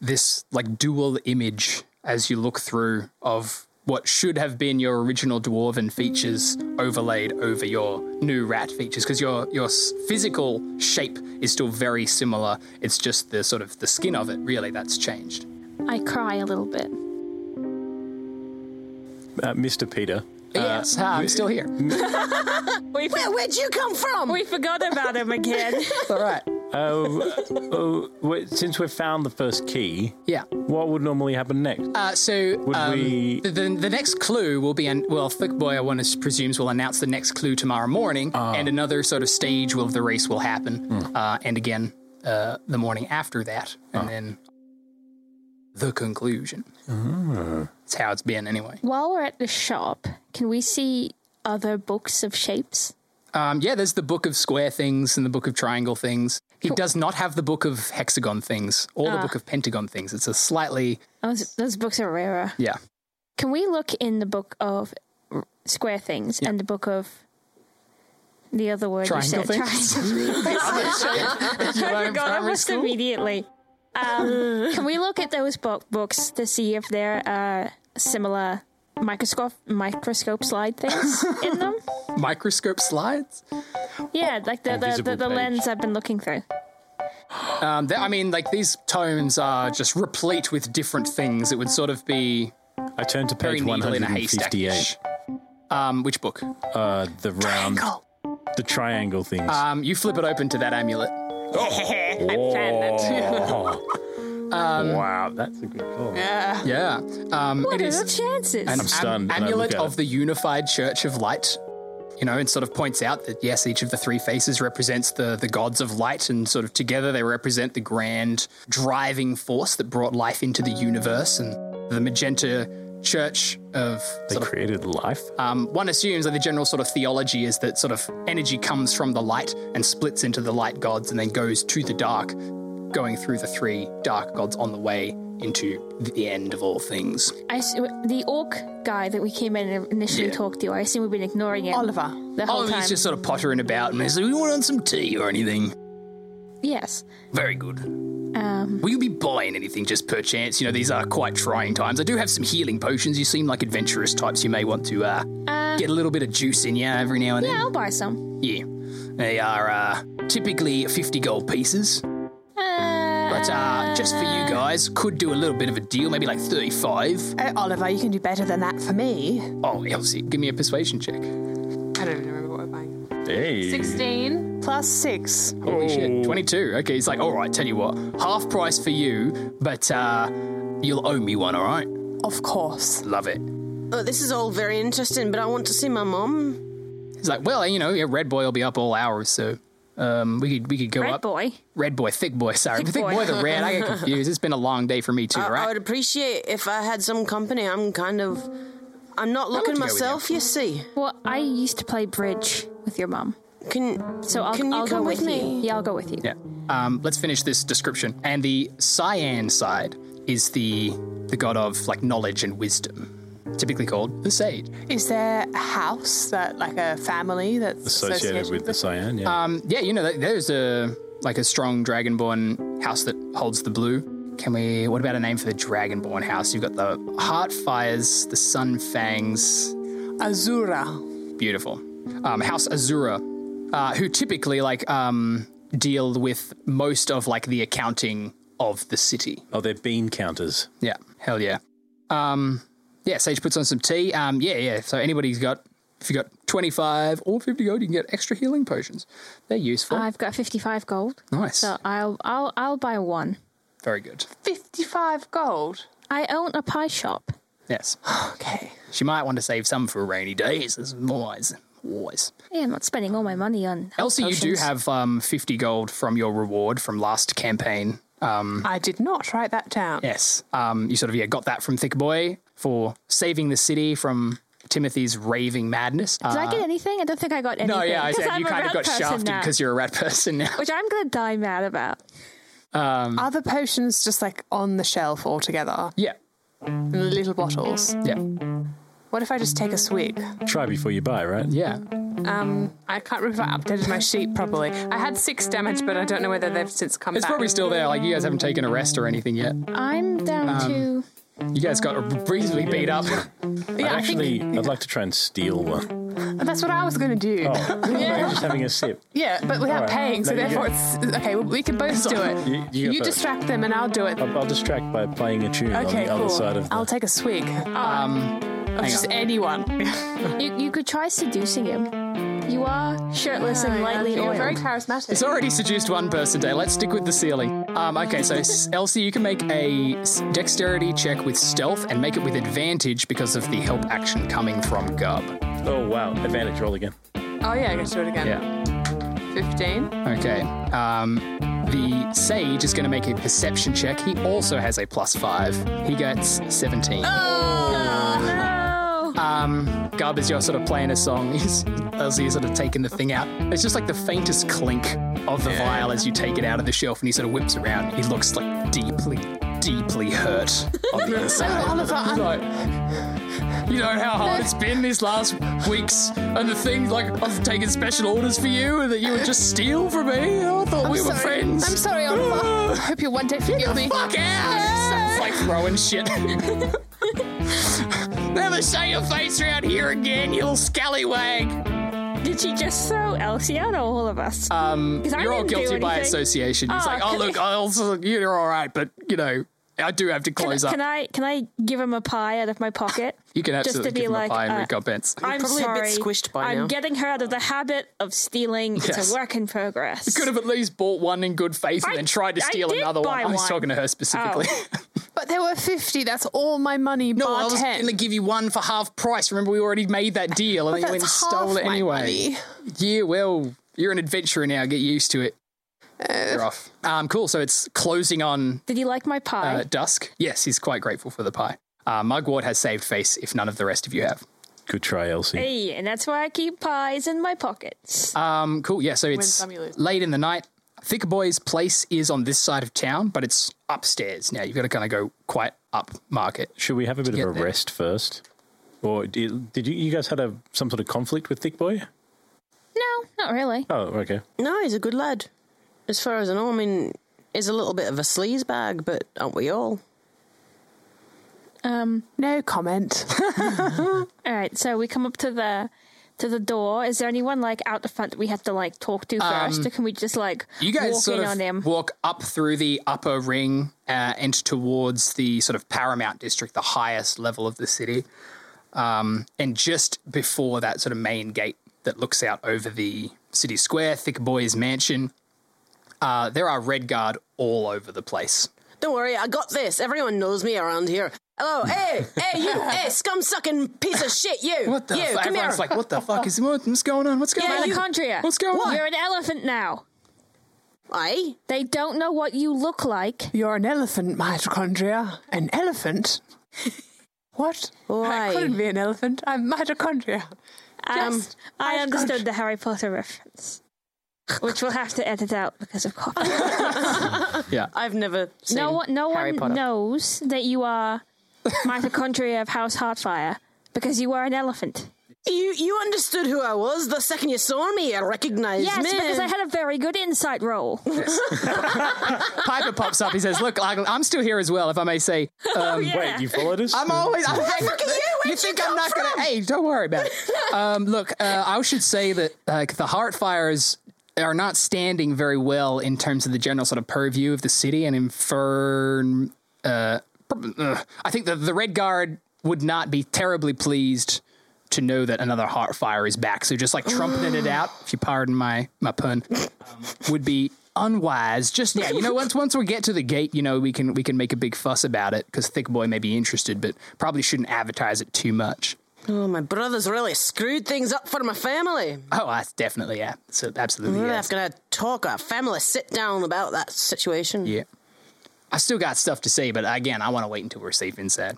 S1: this like dual image as you look through of what should have been your original dwarven features overlaid over your new rat features because your your s- physical shape is still very similar it's just the sort of the skin of it really that's changed
S5: I cry a little bit.
S3: Uh, Mr. Peter,
S1: yes ah, i'm still here
S5: We for-
S4: Where, where'd you come from?
S5: we forgot about him again.
S1: all right
S3: oh, oh, wait, since we've found the first key,
S1: yeah
S3: what would normally happen next?
S1: Uh, so
S3: Would
S1: um,
S3: we-
S1: the, the, the next clue will be, an, well, Thick Boy, I want to presumes, will announce the next clue tomorrow morning,
S3: Ah.
S1: and another sort of stage of the race will happen,
S3: Hmm.
S1: uh, and again uh, the morning after that,
S3: Ah.
S1: and then the conclusion.
S3: Ah.
S1: It's how it's been anyway.
S5: While we're at the shop, can we see other books of shapes?
S1: Um, yeah, there's the book of square things and the book of triangle things. He does not have the book of hexagon things or
S5: Ah.
S1: the book of pentagon things. It's a slightly
S5: Those, those books are rarer.
S1: yeah.
S5: Can we look in the book of r- square things and the book of the other word
S1: Triangle
S5: you said?
S1: things?
S5: I forgot almost immediately. Um, can we look at those bo- books to see if they're uh, similar microscope microscope slide things in them?
S1: Microscope slides.
S5: Yeah, like the the,
S3: Invisible
S5: the, the
S3: page.
S5: lens I've been looking through.
S1: Um, th- I mean, like these tomes are just replete with different things. It would sort of be
S3: I turn to
S1: very
S3: page
S1: needle in a haystack.
S3: 158.
S1: Um, which book?
S3: Uh, the round, the triangle things.
S1: Um, you flip it open to that amulet.
S3: wow, that's a good call.
S1: Yeah. Um,
S5: What
S1: it
S5: are the
S1: is
S5: chances?
S1: an
S3: I'm stunned when I
S1: amulet
S3: look at
S1: of
S3: it.
S1: the Unified Church of Light. You know, and sort of points out that yes, each of the three faces represents the the gods of light, and sort of together they represent the grand driving force that brought life into the universe. And the magenta church of
S3: They
S1: sort of
S3: created life.
S1: Um, one assumes that the general sort of theology is that sort of energy comes from the light and splits into the light gods and then goes to the dark, going through the three dark gods on the way into the end of all things.
S5: I s- the orc guy that we came in and initially
S1: Yeah.
S5: talked to. I assume we've been ignoring him
S2: Oliver.
S5: the whole
S1: Oh,
S5: time.
S1: he's just sort of pottering about and he's like, "You want on some tea or anything?"
S5: Yes.
S1: Very good.
S5: Um,
S1: Will you be buying anything just perchance? You know, these are quite trying times. I do have some healing potions. You seem like adventurous types. You may want to uh,
S5: uh,
S1: get a little bit of juice in you every now and
S5: yeah,
S1: then.
S5: I'll buy some.
S1: Yeah. They are uh, typically 50 gold pieces.
S5: Uh,
S1: But uh, just for you guys, could do a little bit of a deal, maybe like 35.
S2: Oh, Oliver, you can do better than that for me.
S1: Oh, Elsie, give me a persuasion check.
S2: I don't even remember what we're buying.
S3: Hey.
S2: 16 plus 6.
S1: Holy shit, 22. Okay, he's like, all right, tell you what, half price for you, but uh, you'll owe me one, all right?
S2: Of course.
S1: Love it.
S4: Oh, this is all very interesting, but I want to see my mum.
S1: He's like, well, you know, yeah, Red Boy will be up all hours, so um, we could we could go
S5: red
S1: up.
S5: boy.
S1: Red Boy, Thick Boy, sorry. Thick,
S5: Thick
S1: boy.
S5: Boy. Uh,
S1: the Red, I get confused. It's been a long day for me too,
S4: I
S1: right?
S4: would appreciate if I had some company. I'm kind of, I'm not looking
S1: to go with
S4: myself. You see,
S5: Well, I used to play bridge with your mum,
S4: can
S5: so I'll,
S4: Can you
S5: I'll go
S4: come
S5: with,
S4: with me?
S5: you. Yeah, I'll go with you.
S1: Yeah. Um, let's finish this description. And the cyan side is the the god of like knowledge and wisdom, typically called the sage.
S2: Is there a house that, like a family that's
S3: Associated with the cyan, yeah.
S1: Um, yeah, you know, th- there's a like a strong dragonborn house that holds the blue. Can we? What about a name for the dragonborn house? You've got the heart fires, the sun fangs.
S2: Azura.
S1: Beautiful. Um, house Azura, uh, who typically like um, deal with most of like the accounting of the city.
S3: oh, they're bean counters.
S1: Yeah, hell yeah. Um, yeah, Sage puts on some tea. Um, yeah, yeah. So anybody's got, if you got twenty five or fifty gold, you can get extra healing potions. They're useful.
S5: I've got fifty-five gold,
S1: nice.
S5: so I'll I'll I'll buy one.
S1: Very good.
S2: 55 gold.
S5: I own a pie shop.
S1: Yes.
S4: Okay.
S1: She might want to save some for rainy days. This is always, always.
S5: Yeah, I'm not spending all my money on. health
S1: Elsie, you do
S5: potions.
S1: have um, 50 gold from your reward from last campaign. Um,
S2: I did not write that down.
S1: yes. Um, you sort of yeah, got that from Thick Boy for saving the city from Timothy's raving madness.
S5: Did
S1: Uh,
S5: I get anything? I don't think I got anything.
S1: no, yeah, I
S5: 'cause
S1: said
S5: I'm
S1: you
S5: a
S1: kind of
S5: rat
S1: got
S5: person
S1: shafted
S5: now,
S1: because you're a rat person now.
S5: Which I'm going to die mad about.
S2: Are the potions just like on the shelf altogether
S1: yeah.
S2: in the little bottles?
S1: Yeah.
S2: What if I just take a swig?
S3: Try before you buy, right?
S1: Yeah.
S2: Um, I can't remember if I updated my sheet properly. I had six damage, but I don't know whether they've since come
S1: It's
S2: back.
S1: probably still there. Like, you guys haven't taken a rest or anything yet.
S5: I'm down to.
S1: You guys got reasonably beat up.
S2: yeah, I think
S3: Actually, I'd like to try and steal one.
S2: that's what I was going to do.
S1: Oh.
S3: I'm
S2: Yeah,
S3: just having a sip.
S2: yeah, but without
S3: All right.
S2: paying, so
S3: There you
S2: therefore
S3: go.
S2: it's okay. well, We can both do it.
S3: You- you go first.
S2: distract them, and I'll do it.
S3: I'll, I'll distract by playing a tune on the
S2: Okay,
S3: other
S2: cool.
S3: side of the.
S2: I'll take a swig. of
S1: Um, hang
S2: just
S1: on.
S2: anyone.
S5: You, you could try seducing him. You are shirtless and lightly
S2: You're
S5: oiled.
S2: very charismatic.
S1: It's already seduced one person day. Let's stick with the ceiling. Um, okay, so S- Elsie, you can make a s- dexterity check with stealth and make it with advantage because of the help action coming from Gub.
S3: oh wow! Advantage roll again.
S2: oh yeah, I get to do it again.
S1: Yeah.
S2: Fifteen.
S1: Okay. Um, the sage is going to make a perception check. He also has a plus five. He gets 17.
S5: Oh,
S1: Um, Gub, as you're sort of playing a song, he's, as you're sort of taking the thing out, it's just like the faintest clink of the vial as you take it out of the shelf and he sort of whips around. He looks like deeply, deeply hurt on the inside.
S2: Oliver,
S1: He's
S2: I'm-
S1: like, you know how hard it's been these last weeks and the thing, like, I've taken special orders for you and that you would just steal from me. Oh, I thought we were
S2: sorry.
S1: friends.
S2: I'm sorry, Oliver. I hope you'll one day forgive me.
S1: Fuck out! It's like throwing shit. Never show your face around here again, you little scallywag.
S5: did she just throw Elsie out or all of us?
S1: Um,
S5: 'Cause I
S1: you're all
S5: didn't do
S1: guilty by
S5: anything.
S1: association. It's
S5: Oh,
S1: like, oh
S5: can
S1: look,
S5: I-
S1: I also, you're all right, but you know, I do have to
S5: can,
S1: close up.
S5: can I can I give him a pie out of my pocket?
S1: you can
S5: Just to
S1: absolutely
S5: be
S1: give him
S5: like,
S1: a pie in
S5: uh,
S1: recompense.
S5: I'm
S4: probably a
S5: sorry.
S4: bit squished by
S5: I'm
S4: now.
S5: getting her out of the habit of stealing. It's
S1: Yes.
S5: a work in progress.
S1: Could have at least bought one in good faith and
S5: I-
S1: then tried to
S5: I
S1: steal
S5: did
S1: another one.
S5: buy
S1: I was
S5: one. Oh.
S1: talking to her specifically.
S2: But there were fifty. That's all my money.
S1: no,
S2: bar
S1: I was
S2: ten.
S1: going to give you one for half price. Remember, we already made that deal, and then you went and
S2: That's
S1: stole
S2: half
S1: it
S2: my
S1: anyway.
S2: money.
S1: Yeah, well, you're an adventurer now. Get used to it. You're off. Um, cool. So it's closing on
S5: Did you like my pie?
S1: uh, dusk. Yes, he's quite grateful for the pie. Uh, Mugwort has saved face if none of the rest of you have.
S3: Good try, Elsie.
S5: Hey, and that's why I keep pies in my pockets.
S1: Um, cool. Yeah, so it's
S2: some, you lose.
S1: late in the night. Thick Boy's place is on this side of town, but it's upstairs now. You've got to kind of go quite up market.
S3: Should we have a bit of
S1: get
S3: a
S1: there.
S3: rest first? Or did, did you, you guys had a some sort of conflict with Thick Boy?
S5: no, not really.
S3: Oh, okay.
S4: No, he's a good lad. As far as I know, I mean, he's a little bit of a sleaze bag, but aren't we all?
S5: Um,
S2: No comment.
S5: all right, so we come up to the to the door. Is there anyone like out the front that we have to like talk to first, or can we just like
S1: Um, You guys
S5: walk
S1: sort
S5: in
S1: of
S5: on them?
S1: walk up through the upper ring uh, and towards the sort of Paramount District, the highest level of the city. Um, and just before that sort of main gate that looks out over the city square, Thick Boy's mansion, uh, there are Red Guard all over the place.
S4: Don't worry, I got this. Everyone knows me around here. Hello, hey, hey, you, hey, scum sucking piece of shit, you.
S1: What the
S4: You,
S1: fuck?
S4: come here.
S1: Everyone's like, what the fuck is what, what's going on? What's going
S4: Yeah,
S1: on?
S4: you-
S5: Mitochondria.
S1: What's going on?
S5: You're an elephant now.
S4: Aye.
S5: They don't know what you look like.
S2: You're an elephant, mitochondria. An elephant? what?
S4: Why?
S2: I couldn't be an elephant. I'm mitochondria.
S5: Um, I
S2: I've got-
S5: understood the Harry Potter reference, which we'll have to edit out because of copyright.
S4: I've never seen
S5: no one, no
S4: Harry
S5: one
S4: Potter.
S5: knows that you are mitochondria of House Heartfire because you are an elephant.
S4: You, you understood who I was the second you saw me. You recognized
S5: Yes,
S4: me.
S5: because I had a very good insight roll.
S1: Piper pops up. He says, look, I, I'm still here as well, if I may say. Um,
S5: yeah.
S3: Wait, you followed us?
S1: I'm always. I'm hanging.
S4: fuck are you? Where'd
S1: think
S4: you
S1: I'm
S4: come
S1: not
S4: from?
S1: gonna? Hey, don't worry about it. Um, look, uh, I should say that uh, the Heartfires are not standing very well in terms of the general sort of purview of the city and infern. Uh, prob- ugh. I think the the Red Guard would not be terribly pleased to know that another Heartfire is back. So just like trumpeting it out, if you pardon my my pun, um, would be unwise. Just yeah, you know, once once we get to the gate, you know, we can we can make a big fuss about it because Thick Boy may be interested, but probably shouldn't advertise it too much.
S4: Oh, my brother's really screwed things up for my family.
S1: Oh, that's definitely yeah. So absolutely
S4: We're
S1: yeah.
S4: gonna have to talk a family sit down about that situation.
S1: yeah. I still got stuff to say, but again, I want to wait until we're safe inside.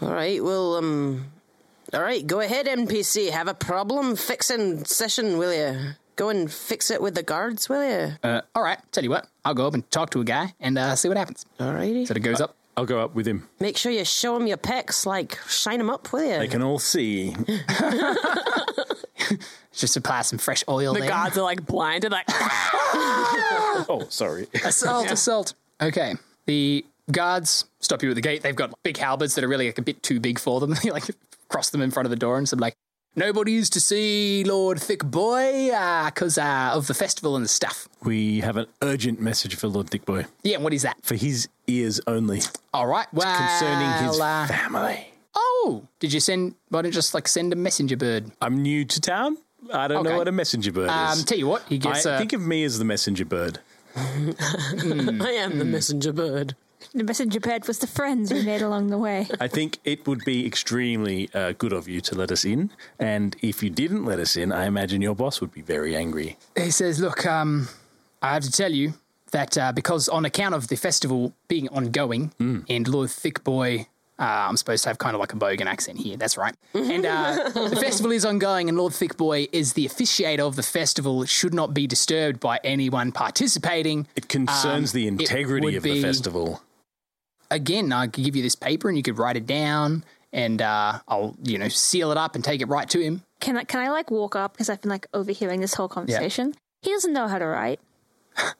S4: All right, well, um, all right, go ahead, NPC. Have a problem fixing session, will you? Go and fix it with the guards, will you?
S1: Uh, all right, tell you what, I'll go up and talk to a guy and uh, see what happens.
S4: all righty.
S1: So it goes up.
S3: I'll go up with him.
S4: Make sure you show him your pecs, like shine them up, will you?
S3: They can all see.
S1: Just apply some fresh oil.
S2: The
S1: there.
S2: guards are like blinded, like
S3: oh, sorry.
S1: assault, assault. Okay. The guards stop you at the gate. They've got big halberds that are really like a bit too big for them. They like cross them in front of the door and some like, nobody's to see, Lord Thick Boy, because uh, of the festival and the stuff.
S3: We have an urgent message for Lord Thickboy.
S1: Yeah, and what is that?
S3: For his ears only.
S1: All right. Well,
S3: Concerning his
S1: uh,
S3: family.
S1: oh, did you send? Why don't you just like send a messenger bird?
S3: I'm new to town. I don't
S1: Okay.
S3: know what a messenger bird
S1: Um,
S3: is.
S1: tell you what, he
S3: I
S1: gets. uh,
S3: think of me as the messenger bird.
S4: I am
S1: Hmm.
S4: the messenger bird.
S5: The messenger bird was the friends we made along the way.
S3: I think it would be extremely uh, good of you to let us in. And if you didn't let us in, I imagine your boss would be very angry.
S1: he says, "Look, um, I have to tell you that uh, because on account of the festival being ongoing,
S3: Mm.
S1: and Lord Thickboy, uh, I'm supposed to have kind of like a Bogan accent here. That's right. And uh, the festival is ongoing, and Lord Thickboy is the officiator of the festival. It should not be disturbed by anyone participating.
S3: It concerns
S1: Um,
S3: the
S1: it would
S3: integrity of
S1: be-
S3: the festival.
S1: Again, I could give you this paper, and you could write it down, and uh, I'll you know seal it up and take it right to him.
S5: Can I can I like walk up because I've been like overhearing this whole conversation? He doesn't know how to write.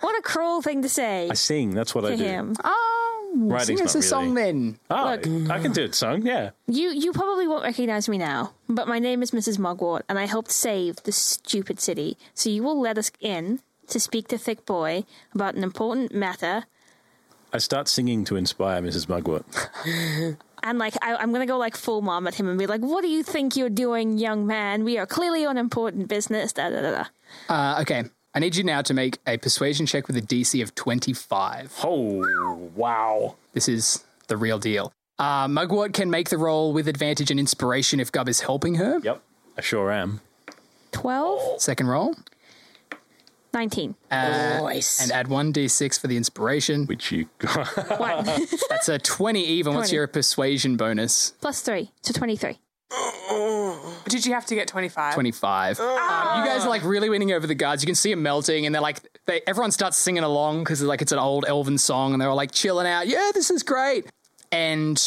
S5: What a cruel thing to say
S3: I sing. That's what I
S5: to
S3: do.
S5: him.
S1: Oh,
S3: Writing's
S1: sing us
S3: not
S1: a song
S3: really-
S1: then.
S3: Oh, I can do it, song. Yeah.
S5: You you probably won't recognize me now, but my name is Mrs. Mugwort, and I helped save the stupid city. So you will let us in to speak to Thick Boy about an important matter.
S3: I start singing to inspire Mrs. Mugwort.
S5: And like I, I'm gonna go like full mom at him and be like, "What do you think you're doing, young man? We are clearly on important business." Da da da da.
S1: Uh, okay, I need you now to make a persuasion check with a DC of 25.
S3: Oh, wow.
S1: This is the real deal. Uh, Mugwort can make the roll with advantage and inspiration if Gub is helping her.
S3: Yep. I sure am.
S5: 12?
S1: Second roll.
S5: 19.
S3: Uh,
S4: Voice.
S1: And add 1d6 for the inspiration.
S3: Which you
S5: One.
S1: That's a 20 even. What's
S5: 20.
S1: your persuasion bonus?
S5: Plus three. So 23.
S2: Did you have to get 25?
S1: 25. Um, you guys are like really winning over the guards. You can see them melting and they're like, they, everyone starts singing along because like it's an old elven song and they're all like chilling out. Yeah, this is great. And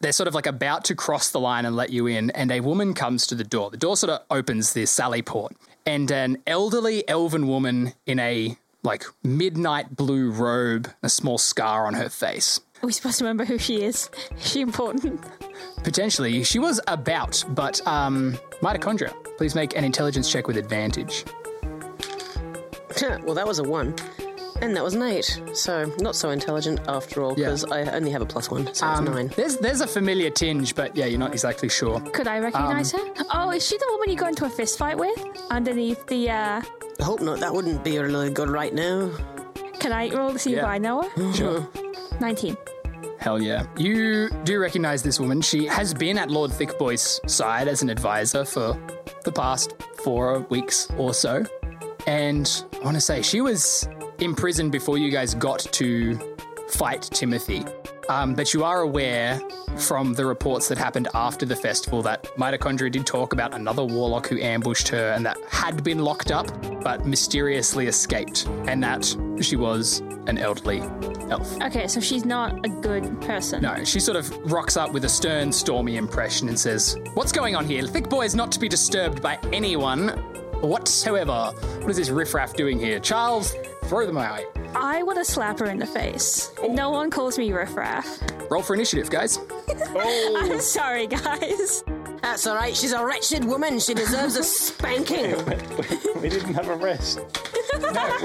S1: they're sort of like about to cross the line and let you in, and a woman comes to the door. The door sort of opens this sally port, and an elderly elven woman in a like midnight blue robe, a small scar on her face.
S5: Are we supposed to remember who she is? Is she important?
S1: Potentially, she was about, but um, mitochondria. Please make an intelligence check with advantage.
S4: well, that was a one. And that was an eight. So, not so intelligent after all,
S1: Yeah.
S4: because I only have a plus one. So, it's nine.
S1: There's there's a familiar tinge, but yeah, you're not exactly sure.
S5: Could I recognize
S1: Um,
S5: her? Oh, is she the woman you got into a fist fight with? Underneath the, uh.
S4: I hope not. That wouldn't be really good right now.
S5: Can I roll to see if
S1: Yeah.
S5: I know her?
S1: Sure.
S5: 19.
S1: Hell yeah. You do recognize this woman. She has been at Lord Thickboy's side as an advisor for the past four weeks or so. And I want to say she was imprisoned before you guys got to fight Timothy. Um, but you are aware from the reports that happened after the festival that Mitochondria did talk about another warlock who ambushed her and that had been locked up but mysteriously escaped, and that she was an elderly elf.
S5: Okay, so she's not a good person.
S1: No, she sort of rocks up with a stern, stormy impression and says, What's going on here? Thick boy is not to be disturbed by anyone whatsoever. What is this riffraff doing here? Charles, throw them away.
S5: I want to slap her in the face. No one calls me riffraff.
S1: Roll for initiative, guys.
S5: I'm sorry, guys.
S4: That's all right. She's a wretched woman. She deserves a spanking.
S3: we didn't have a rest. we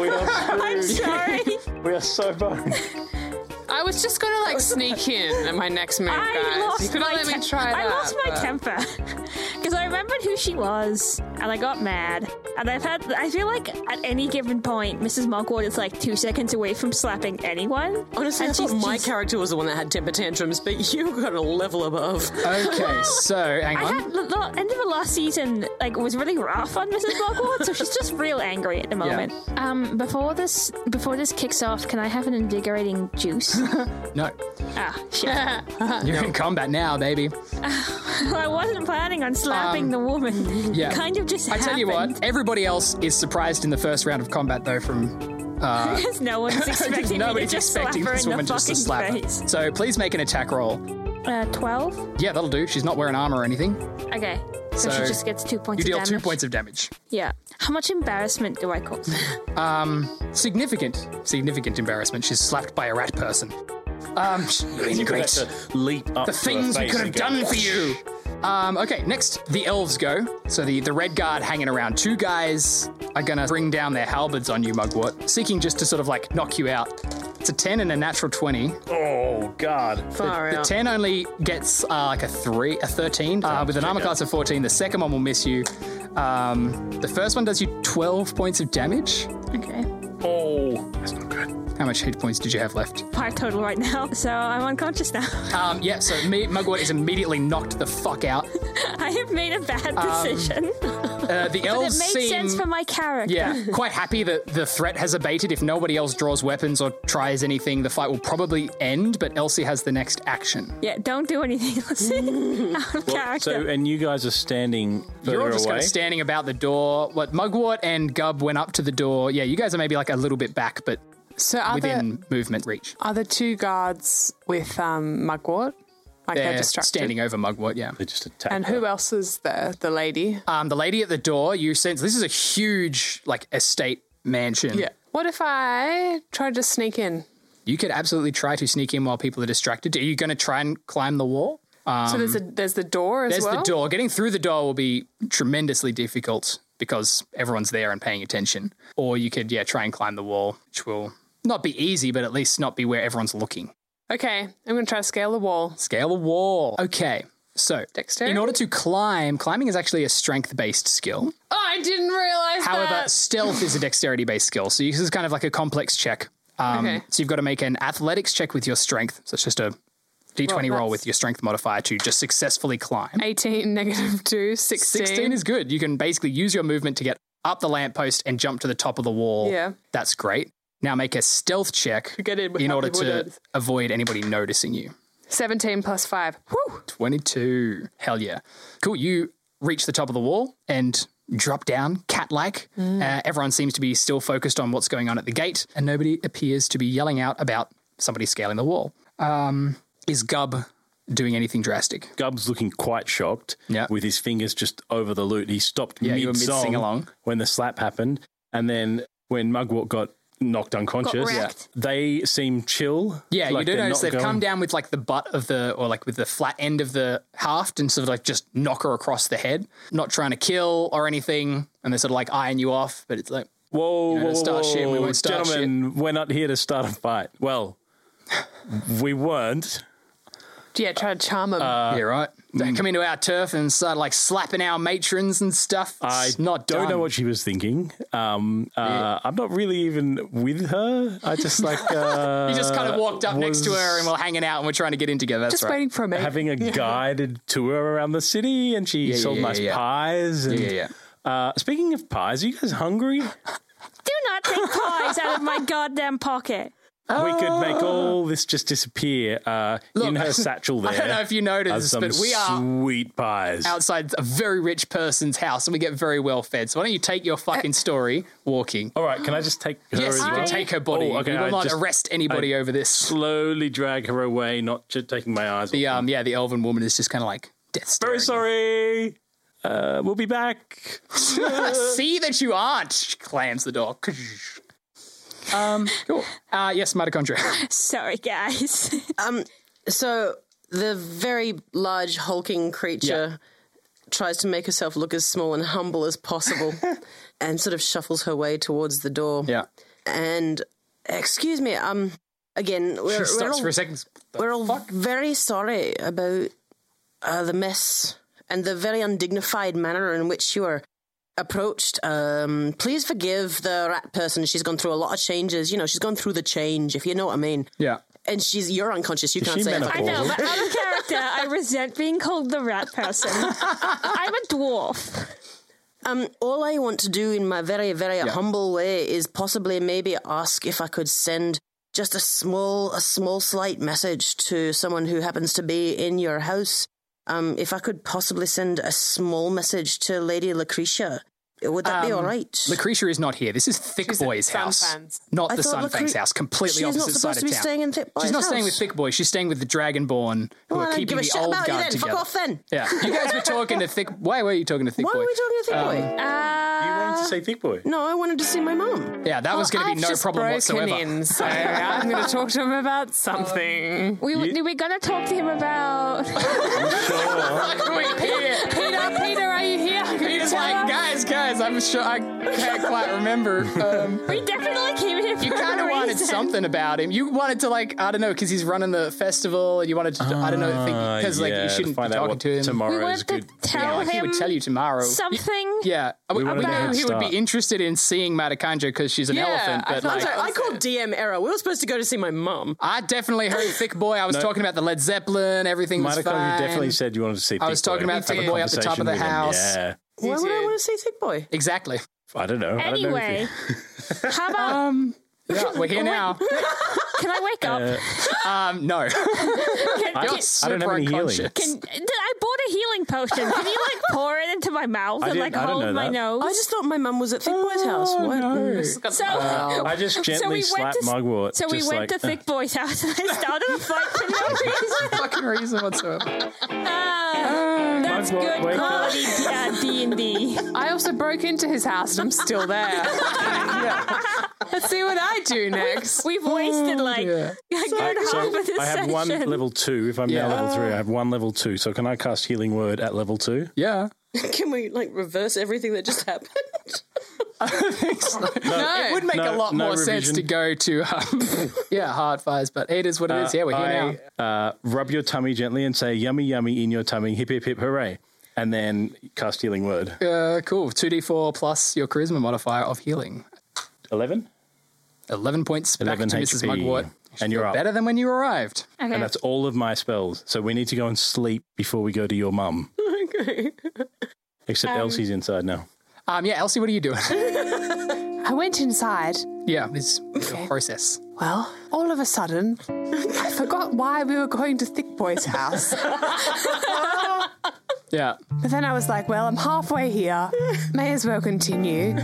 S3: are
S5: I'm sorry.
S3: We are so boned.
S2: I was just gonna like sneak in at my next move, guys.
S5: I lost
S2: you could
S5: my
S2: have let me
S5: tem-
S2: try
S5: I
S2: that.
S5: lost my
S2: but-
S5: temper because I remembered who she was and I got mad And I've had, I feel like at any given point, Mrs. Mugwort is like two seconds away from slapping anyone.
S4: Honestly, I
S5: and
S4: thought
S5: she's-
S4: my
S5: she's-
S4: character was the one that had temper tantrums, but you got a level above.
S1: Okay, so hang
S5: I
S1: on.
S5: had the, the end of the last season like was really rough on Mrs. Mugwort, so she's just real angry at the moment. Um, before this, before this kicks off, can I have an invigorating juice?
S1: No,
S5: ah, shit!
S1: you're in combat now, baby.
S5: I wasn't planning on slapping the woman.
S1: yeah.
S5: kind of just.
S1: I tell you what,
S5: happened.
S1: everybody else is surprised in the first round of combat, though, from
S5: Because no one's expecting me to
S1: nobody's
S5: just
S1: expecting
S5: slap her
S1: this
S5: in the
S1: woman just to
S5: fucking
S1: slap her.
S5: face.
S1: So please make an attack roll.
S5: Uh, Twelve.
S1: Yeah, that'll do. She's not wearing armor or anything.
S5: Okay, so,
S1: So
S5: she just gets two points.
S1: You deal
S5: of damage.
S1: two points of damage.
S5: Yeah. How much embarrassment do I cause?
S1: Significant, significant embarrassment. She's slapped by a rat person. Um,
S3: You could
S1: great.
S3: have to leap up
S1: the
S3: to her
S1: things we
S3: face
S1: could have
S3: and go,
S1: done for you. Um, okay, next the elves go. So the the red guard hanging around. Two guys are gonna bring down their halberds on you, Mugwort, seeking just to sort of like knock you out. It's a ten and a natural twenty.
S3: Oh God!
S4: Far
S1: The
S4: out.
S1: ten only gets uh, like a three, a thirteen uh, with an armor
S3: okay.
S1: class of fourteen. The second one will miss you. Um, the first one does you twelve points of damage.
S5: okay.
S3: Oh, that's not good.
S1: How much hit points did you have left?
S5: Five total right now, so I'm unconscious now.
S1: Um, yeah, so me, Mugwort is immediately knocked the fuck out.
S5: I have made a bad
S1: Um,
S5: decision.
S1: Uh, the
S5: That
S1: elves
S5: made
S1: seem
S5: sense for my character.
S1: Yeah, quite happy that the threat has abated. If nobody else draws weapons or tries anything, the fight will probably end, but Elsie has the next action.
S5: Yeah, don't do anything else out of
S3: So,
S5: character.
S3: and you guys are standing further
S1: You're all just
S3: away.
S1: kind of standing about the door. What Mugwort and Gub went up to the door. Yeah, you guys are maybe like a little bit back, but
S2: So are
S1: within
S2: the
S1: movement reach.
S2: are the two guards with um, Mugwort? Like they're,
S1: They're
S2: distracted.
S1: standing over Mugwort, yeah.
S3: They just attack.
S2: And
S3: her.
S2: who else is there? The lady.
S1: Um, the lady at the door, you sense this is a huge like estate mansion.
S2: Yeah. What if I tried to sneak in?
S1: You could absolutely try to sneak in while people are distracted. Are you going to try and climb the wall?
S2: so there's a there's the door
S1: Um,
S2: as
S1: There's
S2: well.
S1: the door. Getting through the door will be tremendously difficult because everyone's there and paying attention. Or you could, yeah, try and climb the wall, which will not be easy, but at least not be where everyone's looking.
S2: Okay, I'm gonna try to scale the wall.
S1: Scale the wall. Okay. So,
S2: Dexterity?
S1: in order to climb, climbing is actually a strength based skill.
S2: Oh, I didn't realize
S1: However,
S2: that.
S1: stealth is a dexterity based skill. So, this is kind of like a complex check. Um,
S2: Okay.
S1: So, you've got to make an athletics check with your strength. So, it's just a d20 roll
S2: that's-
S1: with your strength modifier to just successfully climb.
S2: 18 negative 2 16.
S1: 16 is good. You can basically use your movement to get up the lamppost and jump to the top of the wall.
S2: Yeah.
S1: That's great. Now make a stealth check
S2: get in
S1: in
S2: without
S1: order
S2: the
S1: to
S2: wooded.
S1: avoid anybody noticing you.
S2: 17 plus 5. Woo!
S1: 22. Hell yeah. Cool. You reach the top of the wall and drop down cat like.
S2: Mm.
S1: Uh, everyone seems to be still focused on what's going on at the gate, and nobody appears to be yelling out about somebody scaling the wall. Um, is Gub doing anything drastic?
S3: Gub's looking quite shocked
S1: Yeah.
S3: with his fingers just over the loot. He stopped
S1: you were
S3: mid song
S1: mid-sing-along.
S3: when the slap happened. And then when Mugwort got knocked unconscious,
S5: wrecked.
S3: they seem chill.
S1: Yeah,
S3: like
S1: you do
S3: they're
S1: notice
S3: not
S1: they've come
S3: going-
S1: down with like the butt of the, or like with the flat end of the haft and sort of like just knock her across the head, not trying to kill or anything. And they're sort of like eyeing you off, but it's like,
S3: Whoa,
S1: know,
S3: whoa,
S1: to start
S3: whoa,
S1: shit, we won't start
S3: gentlemen, we're not here to start a fight. Well, we weren't.
S2: Yeah, try to charm him.
S1: yeah, right. uh,
S3: Mm.
S1: They come into our turf and start like slapping our matrons and stuff.
S3: I
S1: It's not
S3: don't
S1: done.
S3: know what she was thinking. Um, uh, I'm not really even with her. I just like uh,
S1: You just kind of walked up next to
S3: was-
S1: her and we're hanging out and we're trying to get in together. That's
S2: Just
S1: right.
S2: waiting for a minute.
S3: having a guided tour around the city, and she sold
S1: yeah,
S3: nice
S1: yeah, yeah.
S3: pies. And,
S1: Yeah, yeah,
S3: Uh, speaking of pies, are you guys hungry?
S5: Do not take pies out of my goddamn pocket.
S3: we could make all this just disappear uh, in her satchel. There,
S1: Uh, I don't know if you
S3: are
S1: noticed,
S3: some
S1: but we are
S3: sweet pies.
S1: outside a very rich person's house and we get very well fed. So why don't you take your
S3: Eh.
S1: fucking story walking?
S3: All right, can I just take her?
S1: Yes,
S3: as
S1: you
S5: I-
S1: can
S3: well?
S1: take her body.
S3: Oh, okay,
S1: we will
S3: I
S1: not
S3: just-
S1: arrest anybody over this.
S3: slowly drag her away, not just taking my eyes.
S1: The
S3: off.
S1: um, yeah, the elven woman is just kind of like death. staring.
S3: Very sorry. Uh, we'll be back.
S1: See that you aren't. She Slams the door. um, cool. Uh, yes, mitochondria.
S5: Sorry, guys.
S4: So the very large hulking creature tries to make herself look as small and humble as possible and sort of shuffles her way towards the door.
S1: yeah.
S4: And excuse me, um again, we're,
S1: Stops
S4: we're all,
S1: for a second.
S4: we're all very sorry about uh, the mess and the very undignified manner in which you are approached. Um, please forgive the rat person. She's gone through a lot of changes. You know, she's gone through the change, if you know what I mean.
S1: Yeah.
S4: And she's you're unconscious. You can't
S3: she
S4: say a
S5: I
S3: menopausal?
S4: thing.
S5: know, but out of character, I resent being called the rat person. I'm a dwarf.
S4: Um, all I want to do in my very, very humble way is possibly maybe ask if I could send just a small, a small, slight message to someone who happens to be in your house. Um, if I could possibly send a small message to Lady Lucretia, would that
S1: Um,
S4: be all right?
S1: Lucretia is not here. This is Thick
S2: at
S1: Boy's house,
S2: Sunfan's.
S1: not
S4: I
S1: the
S4: thought
S1: Sunfang's
S4: Lucre-
S1: house. Completely
S4: She's not
S1: opposite side
S4: supposed
S1: of
S4: to be
S1: touse.
S4: staying in Thick
S1: She's
S4: Boy's
S1: not staying with
S4: house.
S1: Thick Boy. She's staying with the Dragonborn, who
S4: Well, I
S1: are
S4: don't
S1: keeping
S4: give a
S1: the
S4: shit
S1: old
S4: about you
S1: guard
S4: then. Fuck
S1: together.
S4: off then.
S1: Yeah, you guys were talking to Thick. Why were you talking to Thick
S4: Why
S1: Boy? Uh,
S4: were we talking to Thick Boy?
S5: Uh,
S3: you wanted to say thick boy.
S4: no, I wanted to see my mom.
S1: yeah, that was going to
S2: I've
S1: be no
S2: just
S1: problem
S2: broken
S1: whatsoever.
S2: In, so I'm going to talk to him about something.
S5: We were-
S3: You-
S5: we were gonna talk to him about.
S3: Sure.
S2: Peter, Peter, are you here?
S1: He's like, guys, guys, I'm sure I can't quite remember. Um,
S5: we definitely came here for
S1: you kind
S5: a
S1: of wanted
S5: reason.
S1: something about him. You wanted to like, I don't know, because he's running the festival, and you wanted to, I don't know, because like
S3: Ah, yeah,
S1: you
S3: to
S1: shouldn't be
S3: find out
S1: talking
S3: what
S1: to him.
S3: Tomorrow
S5: We
S3: is
S5: wanted to
S3: good.
S1: Yeah,
S5: tell
S1: like, he
S5: him
S1: would tell you tomorrow.
S5: something.
S1: Yeah, I, I
S3: wanted
S1: know
S3: a head
S1: he would
S3: start.
S1: be interested in seeing Matakanja because she's an
S2: Yeah,
S1: elephant,
S2: I
S1: but
S2: thought
S1: like,
S2: so.
S4: I called DM error. We were supposed to go to see my mom.
S1: I definitely heard Thick Boy. I was talking about the Led Zeppelin. Everything was
S3: Mitochondria
S1: fine.
S3: definitely said you wanted to see thick
S1: I was talking
S3: boy.
S1: about
S3: Have a
S1: Thick Boy up the top of
S3: conversation
S1: the
S3: with him.
S1: house.
S3: Yeah.
S4: Why would I
S1: did.
S4: want to see Thick Boy?
S1: Exactly.
S3: I don't know. I don't know if
S5: Anyway,
S3: you-
S5: how about?
S1: Yeah, we're here now.
S5: can I wake up?
S3: Uh,
S1: Um, no,
S3: I
S5: can, can-
S1: you're
S3: I don't have
S1: super
S3: any healing.
S1: unconscious.
S5: can- did- I bought a healing potion. Can you like pour it into my mouth and
S3: didn't-
S5: like
S3: I didn't know
S5: hold my
S3: that.
S5: nose?
S4: I just thought my mum was at Thick Boy's house. What?
S5: so,
S3: I just gently slapped
S5: to,
S3: Mugwort.
S5: So we
S3: Uh, just
S5: went
S3: like, uh.
S5: to Thick Boy's house and I started a fight for no reason.
S1: fucking reason whatsoever.
S5: Ah, that's
S3: Mugwort,
S5: good
S3: wake up.
S5: quality D and D.
S2: I also broke into his house and I'm still there. Let's see what I do next.
S5: We've
S3: Oh,
S5: wasted like a good half of this
S3: I have
S5: session.
S3: one level two. If I'm
S1: Yeah.
S3: now level three, I have one level two. So can I cast Healing Word at level two?
S1: Yeah.
S4: Can we like reverse everything that just happened?
S1: no, it would make
S3: no,
S1: a lot
S3: no
S1: more sense
S3: revision.
S1: to go to, um, yeah, hard fires, but it is what it is. Yeah, we're here now.
S3: I uh, rub your tummy gently and say "yummy, yummy" in your tummy. Hip, hip, hip, hooray! And then cast Healing Word.
S1: Uh, cool. 2d4 plus your charisma modifier of healing.
S3: Eleven.
S1: 11 points back
S3: 11
S1: to Mrs.
S3: HP.
S1: Mugwort.
S3: And you're up.
S1: Better than when you arrived.
S2: Uh,
S5: Okay.
S3: And that's all of my spells. So we need to go and sleep before we go to your mum. okay. Except Elsie's inside now.
S1: Um, yeah, Elsie, what are you doing?
S2: I went inside.
S1: yeah, this process.
S2: Well, all of a sudden, I forgot why we were going to Thick Boy's house.
S1: Yeah.
S2: But then I was like, well, I'm halfway here. May as well continue.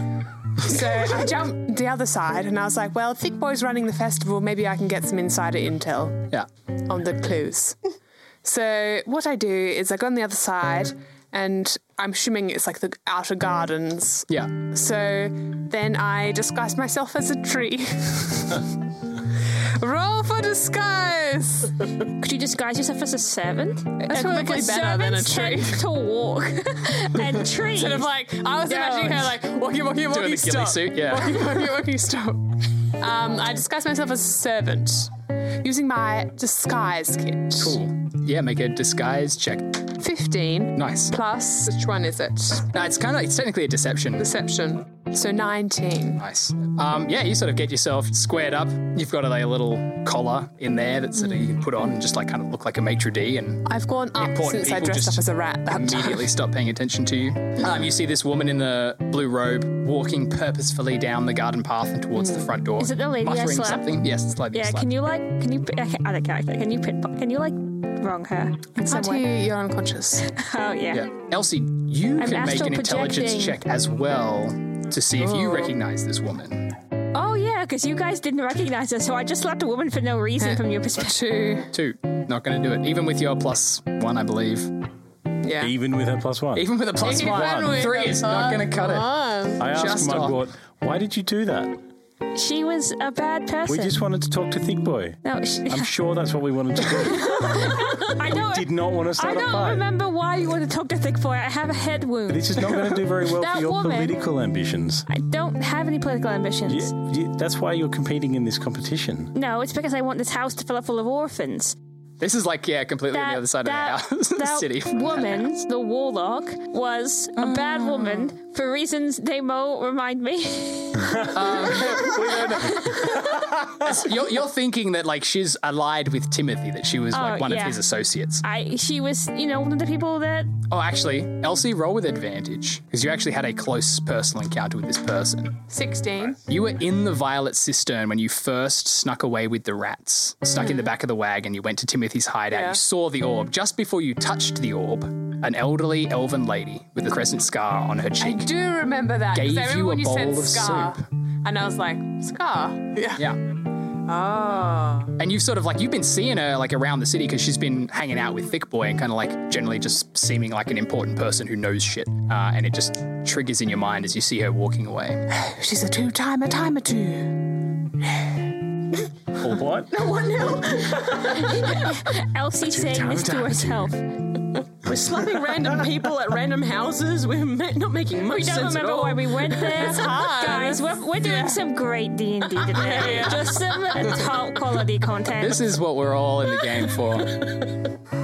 S2: So I jumped the other side and I was like, well, Thick Boy's running the festival. Maybe I can get some insider intel.
S1: Yeah.
S2: on the clues. So what I do is I go on the other side, and I'm assuming it's like the outer gardens.
S1: Yeah.
S2: So then I disguise myself as a tree. Roll for disguise.
S5: Could you disguise yourself as a servant? That's
S2: probably better than a tree.
S5: tend to walk and trees.
S2: Sort of like I was imagining her like walkie walkie
S1: Doing
S2: walkie
S1: the ghillie
S2: stop.
S1: suit, yeah.
S2: Walkie walkie walkie stop. Um, I disguise myself as a servant using my disguise kit.
S1: Cool. Yeah, make a disguise check.
S2: Fifteen
S1: Nice.
S2: plus which one is it?
S1: No, it's kind of, it's technically a deception.
S2: Perception. So nineteen.
S1: Nice. Um, yeah, you sort of get yourself squared up. You've got a, like, a little collar in there that sort of you can put on and just like kind of look like a maitre d and
S2: I've gone up
S1: Important
S2: since I
S1: people
S2: dressed
S1: just
S2: up as a rat that time.
S1: immediately stop paying attention to you. Um, you see this woman in the blue robe walking purposefully down the garden path and towards the front door.
S5: Is it the lady I
S1: muttering
S5: slapped?
S1: something? Yes, it's the lady.
S5: yeah, can you like can you okay, out of character? Can you pit, can you like wrong her in some
S2: Can't
S5: way?
S2: you, you're unconscious.
S5: Oh yeah.
S1: Yeah. Elsie, you
S5: I'm
S1: can make
S5: astral
S1: an intelligence
S5: projecting.
S1: check as well to see if you recognize this woman.
S5: Oh yeah, because you guys didn't recognize her, so I just slapped a woman for no reason from your perspective.
S2: Two.
S1: Two. Not going to do it. Even with your plus one, I believe.
S5: um,
S2: Yeah.
S3: Even
S5: uh,
S3: with her plus one.
S1: Even with a plus
S2: Even
S1: one,
S2: with
S1: three
S2: a
S1: is not going to cut it.
S3: I asked
S1: just
S3: Mugwort, why did you do that?
S5: She was a bad person.
S3: We just wanted to talk to Thick Boy.
S5: no, she,
S3: I'm sure that's what we wanted to do.
S5: I don't.
S3: Did not want to
S5: I
S3: start a
S5: don't
S3: fight.
S5: remember why you want to talk to Thick Boy. I have a head wound.
S3: This is not going to do very well
S5: That
S3: for your
S5: woman-
S3: political ambitions.
S5: I don't have any political ambitions.
S3: You- you- that's why you're competing in this competition.
S5: No, it's because I want this house to fill up full of orphans.
S1: This is like, yeah, completely on the other side of the house, the
S5: that
S1: city.
S5: woman, the warlock, was a bad woman for reasons they mo remind me.
S1: You're, you're thinking that like she's allied with Timothy, that she was like
S5: Oh,
S1: one of
S5: yeah.
S1: his associates.
S5: I she was, you know, one of the people that
S1: Oh, actually, Elsie, roll with advantage because you actually had a close personal encounter with this person.
S2: 16.
S1: You were in the Violet Cistern when you first snuck away with the rats, stuck in the back of the wagon. You went to Timothy's hideout.
S2: Yeah.
S1: You saw the orb. Just before you touched the orb, an elderly elven lady with a crescent scar on her
S2: I
S1: cheek.
S2: do remember that. 'cause
S1: Gave
S2: I remember
S1: you a
S2: when you said
S1: bowl of
S2: scar.
S1: soup.
S2: And I was like, scar? Yeah.
S1: Yeah.
S2: Oh.
S1: And you've sort of like, you've been seeing her like around the city because she's been hanging out with Thick Boy and kind of like generally just seeming like an important person who knows shit. Uh, and it just triggers in your mind as you see her walking away.
S2: She's a two timer, timer two.
S3: All what?
S5: Elsie saying
S3: time
S5: this to
S3: time.
S5: herself.
S4: We're slapping random people at random houses. We're ma- not making much
S5: We don't
S4: sense at
S5: remember
S4: all.
S5: why we went there. Guys, we're, we're doing some great D and D today. Just some top quality content.
S1: This is what we're all in the game for.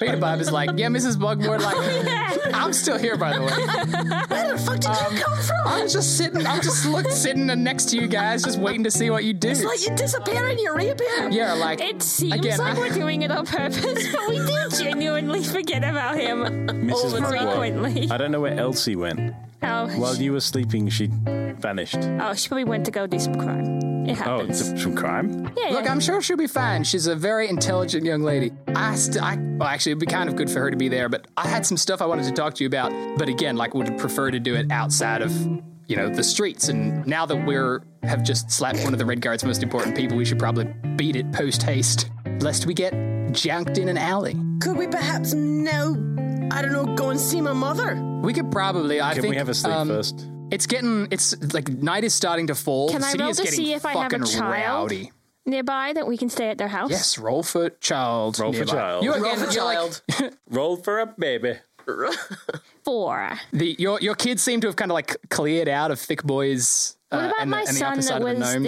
S1: Peter Bob is like, yeah, Mrs. Bugmore, like, I'm still here, by the way.
S4: Where the fuck did you come from?
S1: I'm just sitting. I'm just look, sitting next to you guys, just waiting to see what you do.
S4: It's like you disappear and you reappear.
S1: yeah, like
S5: It seems
S1: Again,
S5: like
S1: I-
S5: we're doing it on purpose, but we do genuinely forget about him
S3: Mrs. Bugwell.
S5: frequently.
S3: I don't know where Elsie went.
S5: Oh,
S3: While
S5: she,
S3: you were sleeping, she vanished.
S5: oh, she probably went to go do some crime. It
S3: Oh,
S5: happens.
S3: it's some crime?
S5: yeah,
S1: Look,
S5: yeah.
S1: I'm sure she'll be fine. She's a very intelligent young lady. I, st- I well, actually, it'd be kind of good for her to be there, but I had some stuff I wanted to talk to you about. But again, like, would prefer to do it outside of, you know, the streets. And now that we're have just slapped one of the Red Guard's most important people, we should probably beat it post haste, lest we get junked in an alley.
S4: Could we perhaps now, I don't know, go and see my mother?
S1: We could probably. I
S3: Can
S1: think
S3: we have a sleep
S1: um,
S3: first?
S1: It's getting. It's like night is starting to fall.
S5: Can
S1: the
S5: I
S1: city
S5: roll
S1: is
S5: to
S1: getting
S5: see if I have a
S1: fucking
S5: child?
S1: rowdy.
S5: Nearby that we can stay at their house.
S1: Yes, roll for child.
S3: Roll for
S1: nearby.
S3: child.
S1: You're,
S4: Roll
S1: again,
S4: for
S1: you're like-
S4: child.
S3: Roll for a baby.
S5: Four.
S1: the, your your kids seem to have kind of like cleared out of thick boys. Uh,
S5: What about
S1: and the,
S5: my
S1: and the
S5: son
S1: upper
S5: that
S1: side of the
S5: was the,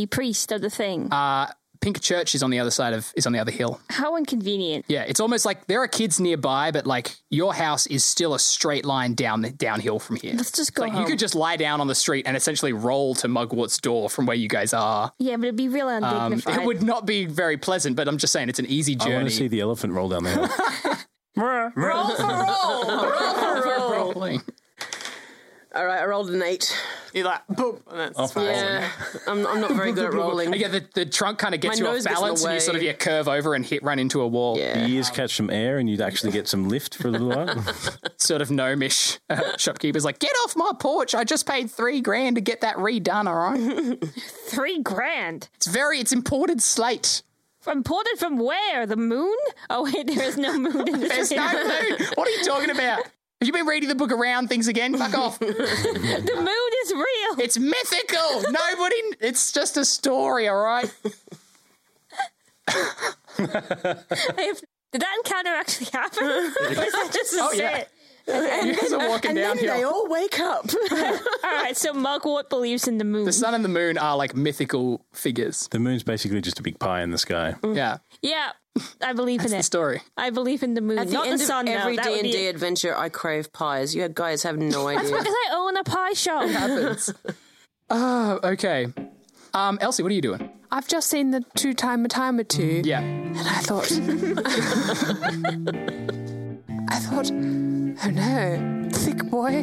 S1: gnomes.
S5: priest of the thing?
S1: Uh, Pink Church is on the other side of is on the other hill.
S5: How inconvenient.
S1: Yeah, it's almost like there are kids nearby, but like your house is still a straight line down downhill from here.
S5: Let's just go
S1: Like you
S5: home.
S1: could just lie down on the street and essentially roll to Mugwort's door from where you guys are.
S5: Yeah, but it'd be real undignified.
S1: It would not be very pleasant, but I'm just saying it's an easy
S3: I want
S1: journey.
S3: to see the elephant roll down the hill.
S4: roll for roll. roll for roll.
S1: Rolling.
S4: All right, I rolled an eight.
S2: You're like, boop. And that's
S4: Yeah, I'm, I'm not very good at rolling.
S1: Yeah, the, the trunk kind of gets
S4: My
S1: you off
S4: nose gets in the
S1: balance and you sort of
S4: way.
S1: yeah, curve over and hit run into a wall.
S4: Yeah.
S3: Your ears catch some air and you'd actually get some lift for a little while.
S1: Sort of gnomish uh, shopkeeper's like, get off my porch. I just paid three grand to get that redone, all right?
S5: Three grand.
S1: it's very, it's imported slate.
S5: Imported from where? The moon? Oh wait, there is no moon in this.
S1: There's no moon. What are you talking about? Have you been reading the book around things again? Fuck off.
S5: The moon is real.
S1: It's mythical. Nobody, it's just a story, all right?
S5: If- Did that encounter actually happen? or is that just a
S1: Oh, yeah.
S5: set?
S1: You guys are walking
S4: And then
S1: down here.
S4: they all wake up.
S5: All right, so Mugwort believes in the moon.
S1: The sun and the moon are like mythical figures.
S3: the moon's basically just a big pie in the sky.
S4: Mm.
S1: Yeah.
S5: yeah, I believe in
S1: The
S5: it.
S1: story.
S5: I believe in the moon,
S4: At the
S5: not
S4: end
S5: the sun.
S4: of every
S5: though. That
S4: D
S5: would
S4: and
S5: be-
S4: D adventure, I crave pies. You guys have no
S5: That's
S4: idea.
S5: because I own a pie shop.
S1: happens. oh, okay. Um, Elsie, what are you doing?
S2: I've just seen the two timer, timer two.
S1: Yeah.
S2: And I thought, I thought, oh no, thick boy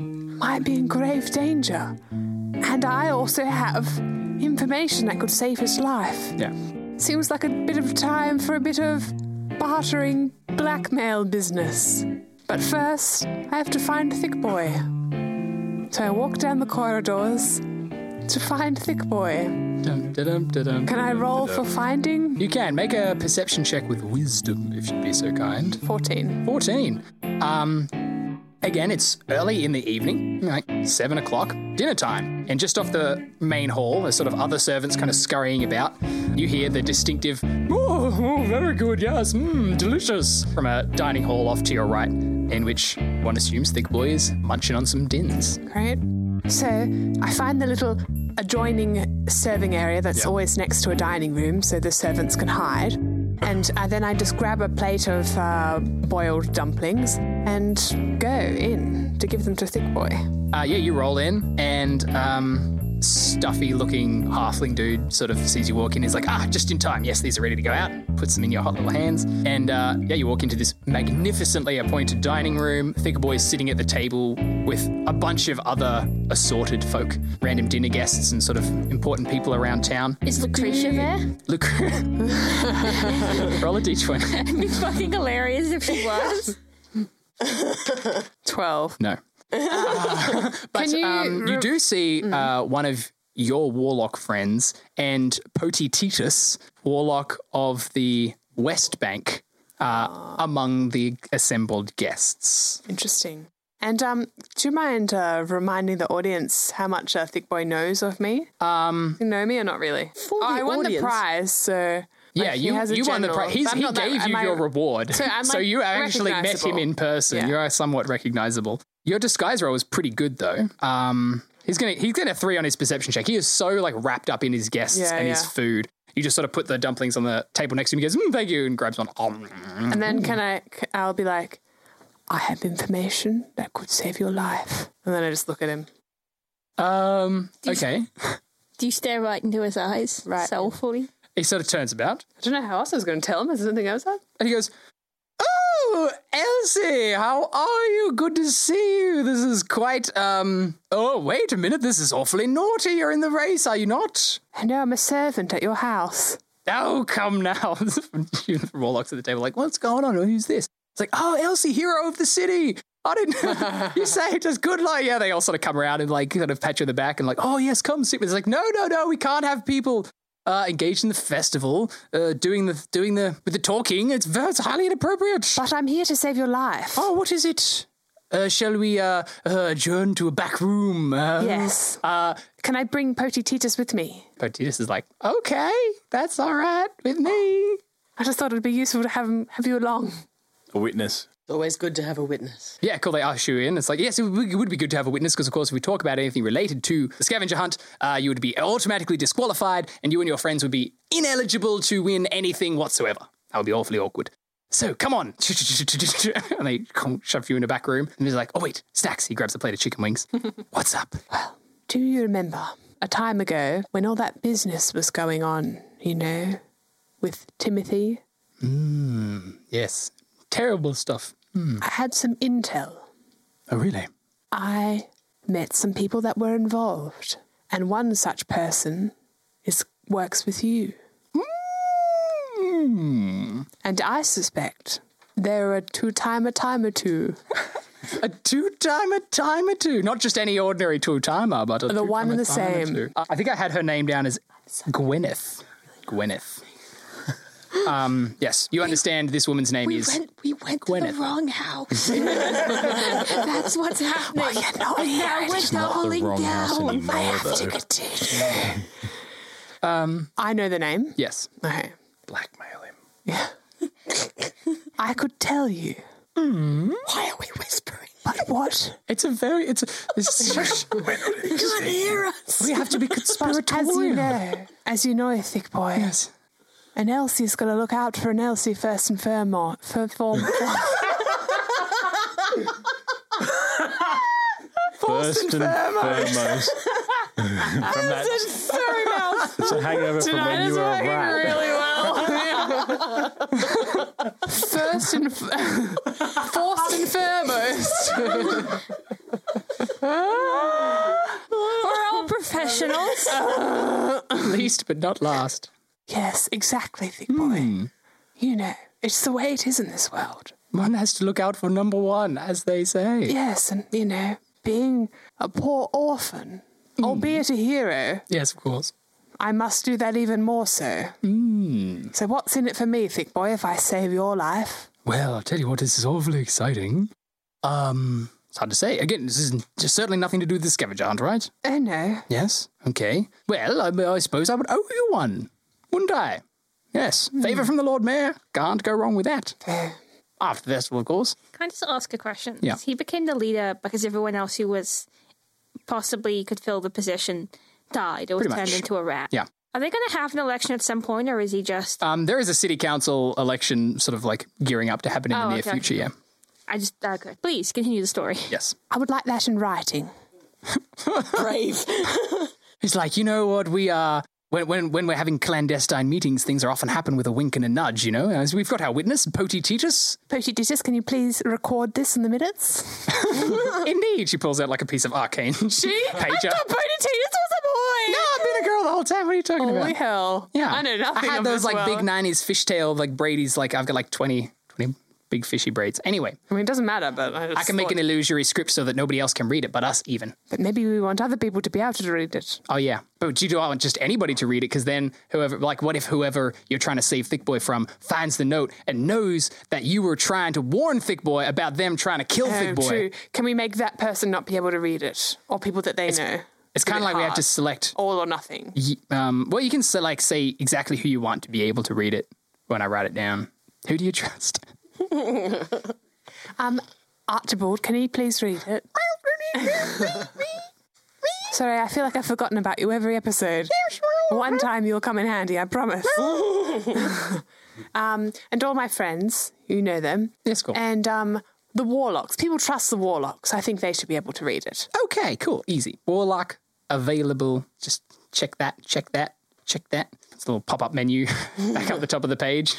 S2: might be in grave danger. And I also have information that could save his life.
S1: Yeah.
S2: Seems like a bit of time for a bit of bartering blackmail business. But first, I have to find Thick Boy. So I walk down the corridors to find Thick Boy.
S1: Dum, da-dum, da-dum.
S2: Can I roll for finding?
S1: You can make a perception check with wisdom, if you'd be so kind.
S2: 14.
S1: Fourteen. Um, again, it's early in the evening, like seven o'clock, dinner time, and just off the main hall, there's sort of other servants kind of scurrying about. You hear the distinctive "Oh, oh, very good, yes, mmm, delicious" from a dining hall off to your right, in which one assumes Thick Boy is munching on some dins.
S2: Great. So I find the little adjoining serving area that's always next to a dining room so the servants can hide. And uh, then I just grab a plate of uh, boiled dumplings and go in to give them to Thick Boy.
S1: Uh, yeah, you roll in, and um, stuffy looking halfling dude sort of sees you walk in. He's like, ah, just in time. Yes, these are ready to go out. Puts them in your hot little hands. And uh, yeah, you walk into this magnificently appointed dining room. Thicker Boy's sitting at the table with a bunch of other assorted folk, random dinner guests, and sort of important people around town.
S5: Is Lucretia there?
S1: Look, roll a d20.
S5: It'd be fucking hilarious if she was.
S2: 12.
S1: No. But
S2: Can you
S1: um, you
S2: re- Hmm.
S1: do see uh, one of your warlock friends and Potititus, warlock of the West Bank,
S2: Ah.
S1: uh, among the assembled guests.
S2: Interesting. And um, do you mind uh, reminding the audience how much uh, Thick Boy knows of me? Um, you know me or not really?
S4: For
S2: oh,
S4: the
S2: I won the
S4: audience.
S2: prize, so
S1: Yeah,
S2: like, he
S1: you
S2: has a
S1: you won the
S2: general,
S1: prize. He's,
S2: but I'm
S1: he
S2: not that-
S1: gave you
S2: am I-
S1: your reward, so,
S2: So I'm, like,
S1: you actually met him
S2: recognisable.
S1: in person.
S2: Yeah.
S1: You are somewhat recognizable. Your disguise roll was pretty good though. Um, he's gonna he's gonna three on his perception check. He is so like wrapped up in his guests
S2: Yeah,
S1: and his
S2: yeah.
S1: food. You just sort of put the dumplings on the table next to him. He goes, mm, "Thank you," and grabs one.
S2: And then can I? c- I'll be like, I have information that could save your life. And then I just look at him.
S1: Um. Okay.
S5: Do you stare right into his eyes?
S2: Right.
S5: Soulfully?
S1: He sort of turns about
S2: I don't know how else I was going to tell him. Is there something else? I-
S1: and he goes, "Oh, Elsie, how are you? Good to see you. This is quite um. Oh, wait a minute. This is awfully naughty. You're in the race, are you not?
S2: No, I'm a servant at your house.
S1: Oh, come now. Warlocks at the table, like, what's going on? Who's this? It's like, oh, Elsie, hero of the city. I didn't. you saved us. Good luck. Yeah, they all sort of come around and like sort of pat you on the back and like, oh yes, come sit. with us." It's like, no, no, no, we can't have people uh, engaged in the festival, uh, doing the doing the with the talking. It's it's highly inappropriate.
S2: But I'm here to save your life.
S1: oh, what is it? Uh, shall we uh, uh, adjourn to a back room? Uh,
S2: Yes.
S1: Uh,
S2: Can I bring Potititus with me?
S1: Potitus is like, okay, that's all right with me.
S2: I just thought it'd be useful to have him, have you along.
S3: A witness.
S4: Always good to have a witness.
S1: Yeah, cool. They ask you in. It's like, yes, it would it would be good to have a witness because, of course, if we talk about anything related to the scavenger hunt, uh, you would be automatically disqualified and you and your friends would be ineligible to win anything whatsoever. That would be awfully awkward. So come on. And they shove you in a back room. And he's like, oh, wait, snacks. He grabs a plate of chicken wings. What's up?
S2: Do you remember a time ago when all that business was going on, you know, with Timothy?
S1: Yes. Terrible stuff.
S2: I had some intel.
S1: Oh, really?
S2: I met some people that were involved, and one such person is works with you.
S1: Hmm.
S2: And I suspect they're a two timer timer two.
S1: A two timer timer two. Not just any ordinary two timer, but a
S2: The one and the
S1: two-timer
S2: same.
S1: two. I I think I had her name down as Gwyneth. Gwyneth. um, yes, you understand this woman's name
S5: We
S1: is.
S5: went, we went to
S1: Gwyneth.
S5: the wrong house. That's what's happening. and now we're
S3: Not the
S5: doubling
S3: wrong house
S5: down.
S3: anymore, though.
S2: I know the name.
S1: Yes.
S2: Okay.
S3: Blackmail him.
S2: Yeah. I could tell you,
S1: Hmm.
S4: Why are we whispering?
S2: but what?
S1: It's a very. It's a. This is,
S4: Can't hear us.
S1: we have to be
S2: But as you
S1: conspiratorial.
S2: know, as you know, thick boy,
S1: Yes.
S2: an Elsie's got to look out for an Elsie first and foremost. For, for,
S3: First and foremost. from that, it's a hangover from when you were a rat.
S2: first and f- forced and foremost.
S5: We're all professionals.
S1: Least but not last. Hmm.
S2: Yes, exactly, thick boy. You know, it's the way it is in this world.
S1: One has to look out for number one, as they say.
S2: Yes, and you know, being a poor orphan,
S1: Mm.
S2: albeit a hero,
S1: Yes, of course.
S2: I must do that even more so.
S1: Mm. Hmm.
S2: So, what's in it for me, thick boy, if I save your life?
S1: Well, I'll tell you what, this is awfully exciting. Um, it's hard to say. Again, this is just certainly nothing to do with the scavenger hunt, right?
S2: Oh no,
S1: Yes. Okay. Well, I, I suppose I would owe you one, wouldn't I? Yes. Favour from the Lord Mayor. Can't go wrong with that.
S2: Fair.
S1: After the festival, of course.
S5: Can I just ask a question?
S1: Yeah.
S5: He became the leader because everyone else who was possibly could fill the position died or was
S1: Pretty
S5: turned
S1: much.
S5: into a rat.
S1: Yeah.
S5: I Are they going to have an election at some point, or is he just?
S1: Um, there is a city council election sort of like gearing up to happen in
S5: Oh,
S1: the near
S5: okay.
S1: future. Yeah.
S5: I just okay. Please continue the story.
S1: Yes.
S2: I would like that in writing.
S4: Brave.
S1: He's like, you know what? We are when when when we're having clandestine meetings, things are often happen with a wink and a nudge. You know, as we've got our witness, Poti Titus.
S2: Potiditis, can you please record this in the minutes?
S1: Indeed, she pulls out like a piece of arcane she pager.
S2: Potiditis was a boy!
S1: No, I've been a girl the whole time. What are you talking
S2: Holy
S1: about?
S2: hell.
S1: Yeah,
S2: I know nothing
S1: I had
S2: of
S1: those
S2: this
S1: like big
S2: world.
S1: '90s fishtail, like Brady's. Like I've got like 20, 20 big fishy braids. Anyway,
S2: I mean, it doesn't matter, but I, just
S1: I can make
S2: thought-
S1: an illusory script so that nobody else can read it, but us even.
S2: But maybe we want other people to be able to read it.
S1: Oh yeah, but you don't want just anybody to read it because then whoever, like, what if whoever you're trying to save Thick Boy from finds the note and knows that you were trying to warn Thick Boy about them trying to kill Thick Boy?
S2: Um, true. Can we make that person not be able to read it, or people that they know?
S1: It's
S2: a
S1: kind of
S2: bit
S1: like we have
S2: hard.
S1: to select.
S2: all or nothing.
S1: y- Um, well, you can se- like say exactly who you want to be able to read it when I write it down. Who do you trust?
S2: Um, Archibald, can you please read it? Sorry, I feel like I've forgotten about you every episode. One time you'll come in handy, I promise. um, and all my friends, you know them.
S1: Yes, cool.
S2: And um, the warlocks. People trust the warlocks. I think they should be able to read it.
S1: Okay, cool, easy. Warlock available. Just check that, check that, check that. It's a little pop up menu back up the top of the page.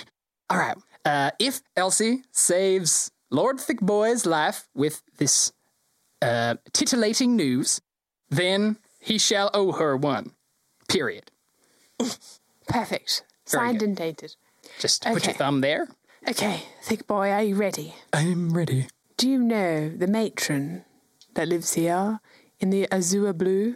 S1: All right. Uh, if Elsie saves Lord Thickboy's life with this uh, titillating news, then he shall owe her one. Period.
S2: Perfect.
S1: Very
S2: Signed
S1: good.
S2: and dated.
S1: Just put your
S2: Okay.
S1: thumb there.
S2: Okay, thick boy, are you ready?
S1: I'm ready.
S2: Do you know the matron that lives here in the azure blue?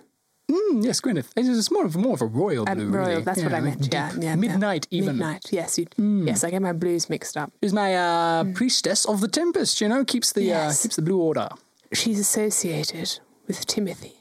S1: Mm, yes, Gwyneth. It's more of, more of a royal
S2: Um,
S1: blue.
S2: royal,
S1: really.
S2: that's what I meant.
S1: deep.
S2: Yeah, yeah, yeah.
S1: Midnight, even. Hmm.
S2: Midnight, yes. You, Yes, I get my blues mixed up.
S1: She's my uh, priestess of the tempest. You know, keeps the
S2: Mm. Yes.
S1: uh, keeps the blue order.
S2: She's associated with Timothy.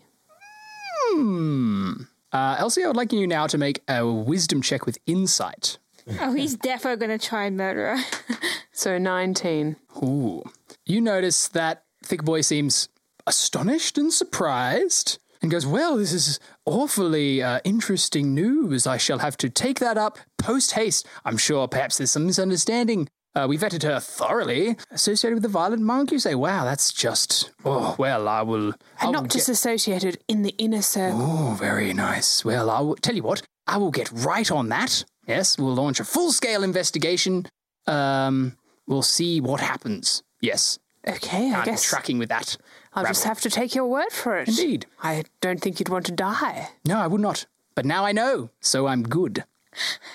S1: Uh, Elsie, I would like you now to make a wisdom check with insight.
S5: Oh, he's definitely going to try and murder her.
S2: So 19.
S1: Ooh, you notice that thick boy seems astonished and surprised, and goes, "Well, this is awfully uh, interesting news. I shall have to take that up post haste. I'm sure perhaps there's some misunderstanding." Uh, we vetted her thoroughly. Associated with the violent monk, you say? Wow, that's just. Oh, well, I will. I
S2: And
S1: will
S2: not just
S1: get-
S2: associated in the inner circle.
S1: Oh, very nice. Well, I will tell you what, I will get right on that. Yes, we'll launch a full scale investigation. Um, we'll see what happens. Yes,
S2: Okay, I
S1: I'm
S2: guess
S1: tracking with that.
S2: I'll just
S1: rabble.
S2: have to take your word for it.
S1: Indeed.
S2: I don't think you'd want to die.
S1: No, I would not. But now I know, so I'm good.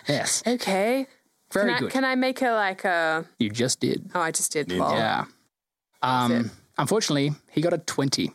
S1: Yes,
S2: Okay.
S1: very
S2: can I,
S1: good.
S2: Can I make her like a.
S1: You just did.
S2: Oh, I just did 12.
S1: Yeah. Um, unfortunately, he got a 20.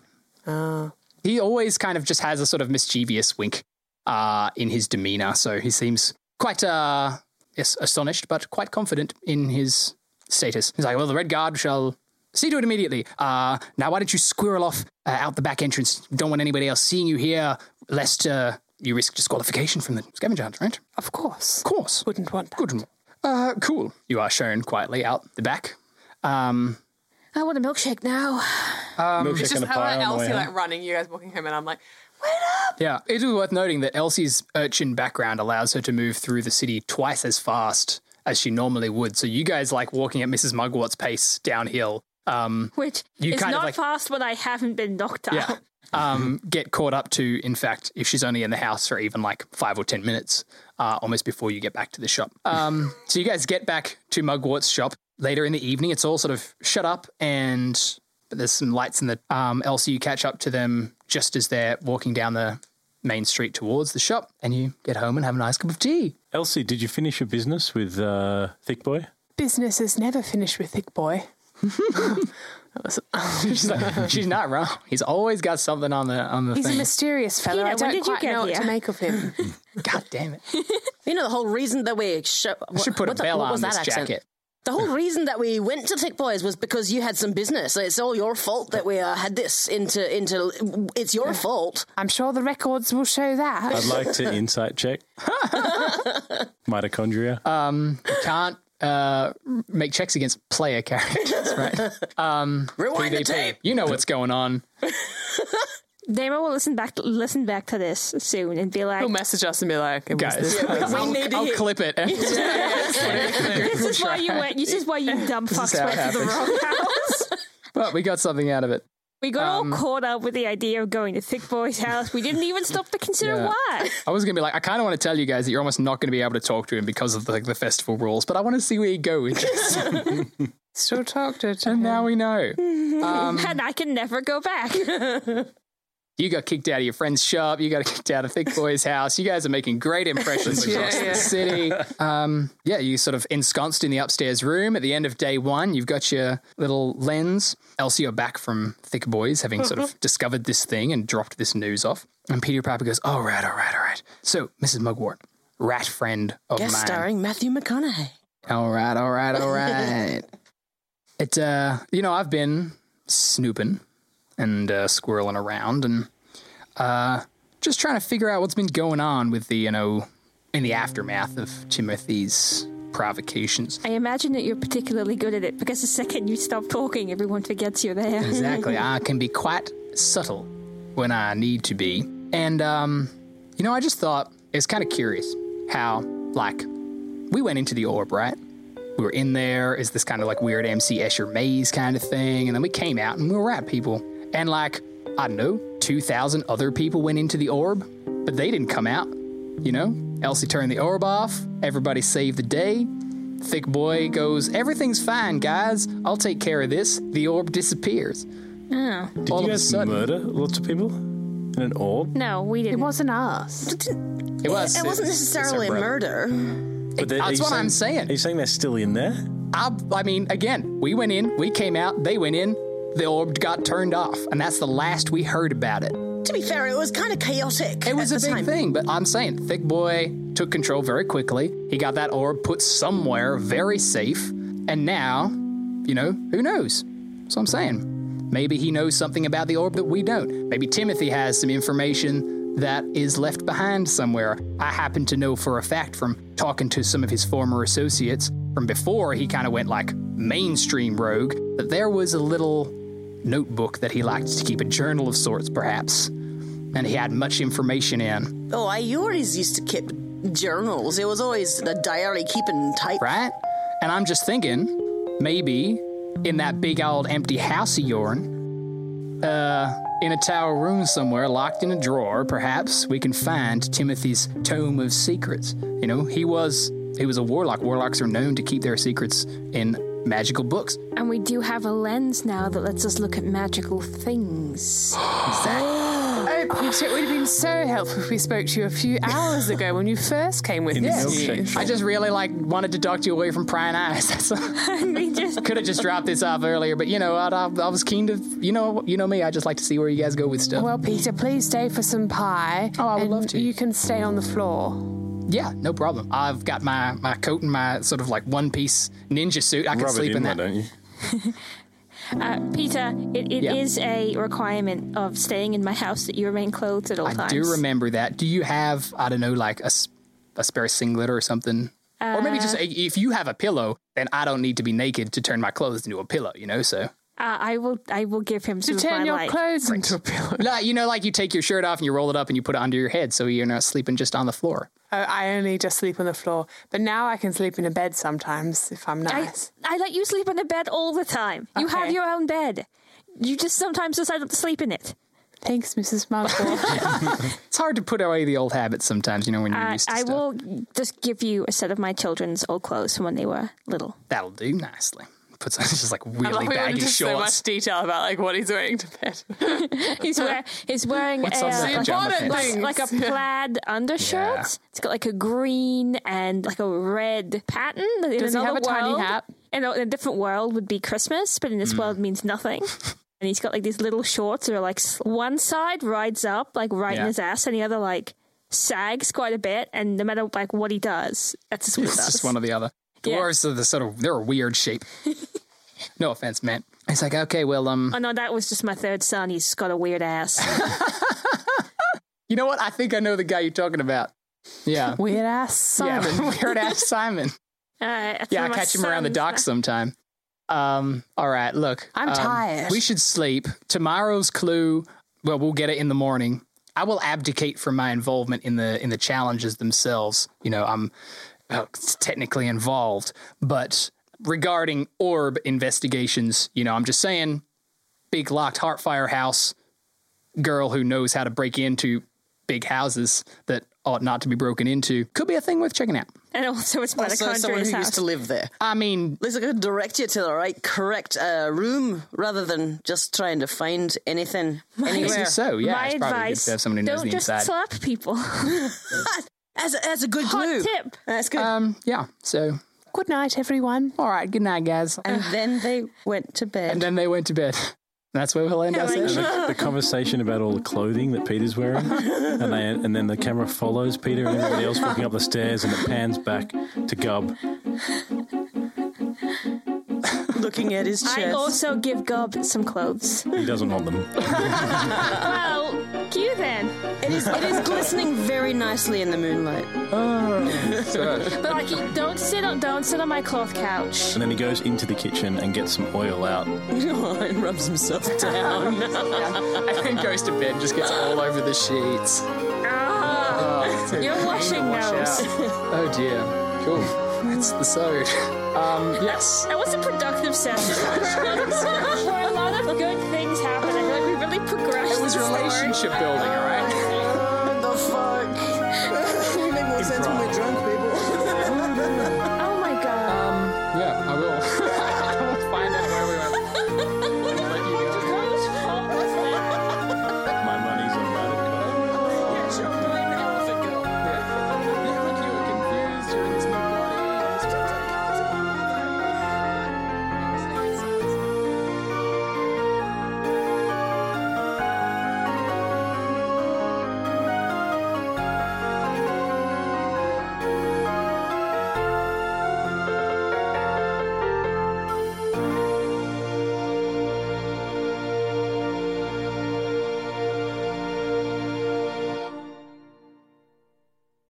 S2: Oh.
S1: he always kind of just has a sort of mischievous wink uh, in his demeanor. So he seems quite uh, yes, astonished, but quite confident in his status. He's like, "Well, the Red Guard shall see to it immediately. Uh, now, why don't you squirrel off uh, out the back entrance? Don't want anybody else seeing you here, lest uh, you risk disqualification from the scavenger hunt." Right?
S2: Of course.
S1: Of course.
S2: Wouldn't want that.
S1: Good. and- Uh, cool. You are shown quietly out the back. Um,
S5: I want a milkshake now.
S3: Milkshake and a pie on the way home.
S2: running, you guys walking home, and I'm like,
S1: Yeah, it is worth noting that Elsie's urchin background allows her to move through the city twice as fast as she normally would. So you guys like walking at Mrs. Mugwort's pace downhill. Um,
S5: Which
S1: You
S5: is
S1: kind of
S5: not
S1: like-
S5: fast when I haven't been knocked out.
S1: yeah. Um, get caught up to, in fact, if she's only in the house for even like five or 10 minutes, uh, almost before you get back to the shop. Um, so you guys get back to Mugwort's shop later in the evening. It's all sort of shut up and but there's some lights in the. Um, Elsie, you catch up to them just as they're walking down the main street towards the shop and you get home and have a nice cup of tea.
S3: Elsie, did you finish your business with uh, Thick Boy?
S2: business is never finished with Thick Boy. That was-
S1: She's like, she's not wrong. He's always got something on the on the
S2: He's a
S1: thing.
S2: mysterious fellow.
S5: Peter,
S2: I
S5: when did
S2: don't
S5: you
S2: quite
S5: get
S2: know
S5: here?
S2: what to make of him.
S1: God damn it!
S4: you know the whole reason that we sho-
S1: I should put a
S4: what the-
S1: bell
S4: what
S1: on
S4: was
S1: this
S4: that accent?
S1: jacket.
S4: The whole reason that we went to Thick Boys was because you had some business. It's all your fault that we uh, had this into into. It's your fault.
S2: I'm sure the records will show that.
S3: I'd like to insight check. Mitochondria.
S1: Uh, Can't uh, make checks against player characters, right?
S4: Rewind the
S1: PvP.
S4: tape.
S1: You know what's going on.
S5: Demo will listen back to, listen back to this soon and be like,
S2: He'll message us and be like, it was
S1: guys.
S2: this.
S4: we
S1: I'll,
S4: need to
S1: I'll
S4: hear-
S1: clip it.
S5: "This is why you went. This is why you dumb
S1: is
S5: fucks
S1: how
S5: went
S1: it
S5: to the wrong house."
S1: but we got something out of it.
S5: We got
S1: Um,
S5: all caught up with the idea of going to Thick Boy's house. We didn't even stop to consider
S1: Yeah.
S5: why.
S1: I was gonna be like, I kind of want to tell you guys that you're almost not gonna be able to talk to him because of like the festival rules, but I want to see where you go with this.
S2: Still talked to him.
S1: and now we know. Um,
S5: and I can never go back.
S1: You got kicked out of your friend's shop. You got kicked out of Thick Boy's house. You guys are making great impressions
S2: Yeah,
S1: across
S2: yeah.
S1: the city. Um, yeah, you sort of ensconced in the upstairs room. At the end of day one, you've got your little lens. Elsie, you're back from Thick Boy's, having sort of discovered this thing and dropped this news off. And Peter Piper goes, "All right, all right, all right." So, Mrs. Mugwort, rat friend of
S4: Guest
S1: mine.
S4: starring Matthew McConaughey.
S1: All right, all right, all right. it, uh, you know, I've been snooping and uh, squirreling around and uh, just trying to figure out what's been going on with the, you know, in the aftermath of Timothy's provocations.
S5: I imagine that you're particularly good at it because the second you stop talking, everyone forgets you're there.
S1: Exactly. I can be quite subtle when I need to be. And, um, you know, I just thought it's kind of curious how, like, we went into the orb, right? We were in there, is this kind of like weird MC Escher maze kind of thing. And then we came out and we were at people. And, like, I don't know, 2,000 other people went into the orb, but they didn't come out, you know? Elsie turned the orb off, everybody saved the day, Thick boy goes, Everything's fine, guys. I'll take care of this. The orb disappears.
S3: Did
S1: All of
S3: you
S1: a
S3: guys
S1: sudden-
S3: murder lots of people in an orb?
S5: No, we
S2: It
S5: didn't.
S2: wasn't us.
S1: It was.
S4: It wasn't
S1: it's- it's
S4: necessarily a
S1: brother.
S4: murder.
S3: But they-
S1: That's
S3: are you
S1: what I'm saying.
S3: Are you saying they're still in there?
S1: I, I mean, again, we went in, we came out, they went in, the orb got turned off, and that's the last we heard about it.
S4: To be fair, it was kind of chaotic.
S1: It was
S4: at
S1: a
S4: the
S1: big
S4: time.
S1: thing, but I'm saying Thick Boy took control very quickly. He got that orb put somewhere very safe, and now, you know, who knows? So I'm saying, maybe he knows something about the orb that we don't. Maybe Timothy has some information that is left behind somewhere. I happen to know for a fact from talking to some of his former associates from before he kind of went like mainstream rogue that there was a little notebook that he liked to keep a journal of sorts, perhaps and he had much information in,
S4: Oh, I always used to keep journals. It was always a diary keeping type.
S1: right? And I'm just thinking, maybe in that big old empty house of yourn, uh, in a tower room somewhere, locked in a drawer, perhaps we can find Timothy's tome of secrets. You know, he was he was a warlock. Warlocks are known to keep their secrets in magical books.
S5: And we do have a lens now that lets us look at magical things.
S2: Oh, Peter, it would have been so helpful if we spoke to you a few hours ago when you first came with
S3: In the
S2: this
S3: milkshake
S2: news.
S3: shop.
S1: I just really like wanted to talk you away from prying eyes. That's all.
S5: and we just
S1: could have just dropped this off earlier, but you know, I, I, I was keen to, you know, you know me. I just like to see where you guys go with stuff.
S2: Well, Peter, please stay for some pie.
S1: Oh, I would
S2: and
S1: love to.
S2: You can stay on the floor.
S1: Yeah, no problem. I've got my, my coat and my sort of like one piece ninja suit. I can
S3: Rub it
S1: sleep in,
S3: in, why
S1: that.
S3: don't you?
S5: Uh, Peter, it, it is
S1: Yeah.
S5: a requirement of staying in my house that you remain clothed at all
S1: I
S5: times.
S1: do remember that. Do you have I don't know like a, s- a spare singlet or something? or maybe
S5: Uh,
S1: just a, if you have a pillow, then I don't need to be naked to turn my clothes into a pillow, you know. So,
S5: Uh, I will. I will give him some
S2: To
S5: of
S2: turn
S5: my
S2: your
S5: light.
S2: clothes into a pillow.
S1: like, uh, you know, like you take your shirt off and you roll it up and you put it under your head, so you're not sleeping just on the floor.
S2: Oh, I only just sleep on the floor, but now I can sleep in a bed sometimes if I'm
S5: I,
S2: nice.
S5: I let you sleep in a bed all the time. You have
S2: Okay.
S5: your own bed. You just sometimes decide not to sleep in it.
S2: Thanks, Mrs. Mugwort.
S1: It's hard to put away the old habits sometimes, you know, when you're
S5: I,
S1: used to
S5: I
S1: stuff.
S5: will just give you a set of my children's old clothes from when they were little.
S1: That'll do nicely. Puts on just like really
S2: we went
S1: baggy
S2: into so much
S1: shorts.
S2: detail about like what he's wearing to bed.
S5: He's, wear, he's wearing
S1: What's
S5: a,
S1: on that
S5: like,
S1: pajama
S5: like-
S1: pants?
S5: like a plaid undershirt.
S1: Yeah.
S5: It's got like a green and like a red pattern. In
S2: Does he
S5: another
S2: have a tiny
S5: world-
S2: hat?
S5: In a, in a different world would be Christmas, but
S1: Hmm.
S5: in this world means nothing. And he's got like these little shorts that are like s- one side rides up like right in
S1: Yeah.
S5: his ass, and the other like sags quite a bit. And no matter like what he does, that's just what he
S1: It's
S5: does.
S1: just one or the other.
S5: Yeah.
S1: Dwarves are the sort of they're a weird shape. no offense, man. It's like okay, well, um,
S5: Oh no, that was just my third son. He's got a weird ass. Uh,
S1: you know what? I think I know the guy you're talking about. Yeah,
S2: Weird ass
S1: yeah,
S2: Simon.
S1: weird ass Simon.
S5: Uh,
S1: Yeah, I catch him around the dock sometime. Um, all right, look,
S2: I'm
S1: um,
S2: tired.
S1: We should sleep. Tomorrow's clue. well, we'll get it in the morning. I will abdicate from my involvement in the in the challenges themselves. You know, I'm uh, technically involved, but regarding orb investigations, you know, I'm just saying, big locked Heartfire house, girl who knows how to break into big houses that ought not to be broken into could be a thing worth checking out.
S5: And also, it's
S4: Also, someone
S5: mitochondria's
S4: who
S5: house.
S4: used to live there.
S1: I mean,
S4: At least I could direct you to the right, correct uh, room rather than just trying to find anything anywhere.
S1: guess so. Yeah,
S5: My
S1: it's probably
S5: advice:
S1: good to have someone who knows
S5: don't
S1: the
S5: just
S1: inside.
S5: slap people.
S4: As a, as a good
S5: Hot
S4: clue.
S5: tip.
S4: That's good.
S1: um, yeah. So,
S2: Good night, everyone.
S1: all right. Good night, guys.
S4: and
S5: Uh.
S4: then they went to bed.
S1: And then they went to bed. That's where we'll end our
S5: Like-
S1: session.
S3: The, the conversation about all the clothing that Peter's wearing, and, they, and then the camera follows Peter and everybody else walking up the stairs, and it pans back to Gub.
S4: looking at his chest.
S5: I also give Gob some clothes.
S3: He doesn't want them.
S5: well, you then.
S4: it, is, it is glistening very nicely in the moonlight.
S5: But like, you- don't sit on don't sit on my cloth couch.
S3: And then he goes into the kitchen and gets some oil out.
S4: and rubs himself down.
S1: and then goes to bed, just gets all over the sheets. Oh,
S5: Ah, You're washing nose.
S1: Oh dear. Cool. That's the sode. Um, yes.
S5: That was a productive session. There were a lot of good things happened. I feel like we really progressed.
S1: It was
S5: the story.
S1: relationship building, all right?
S5: Oh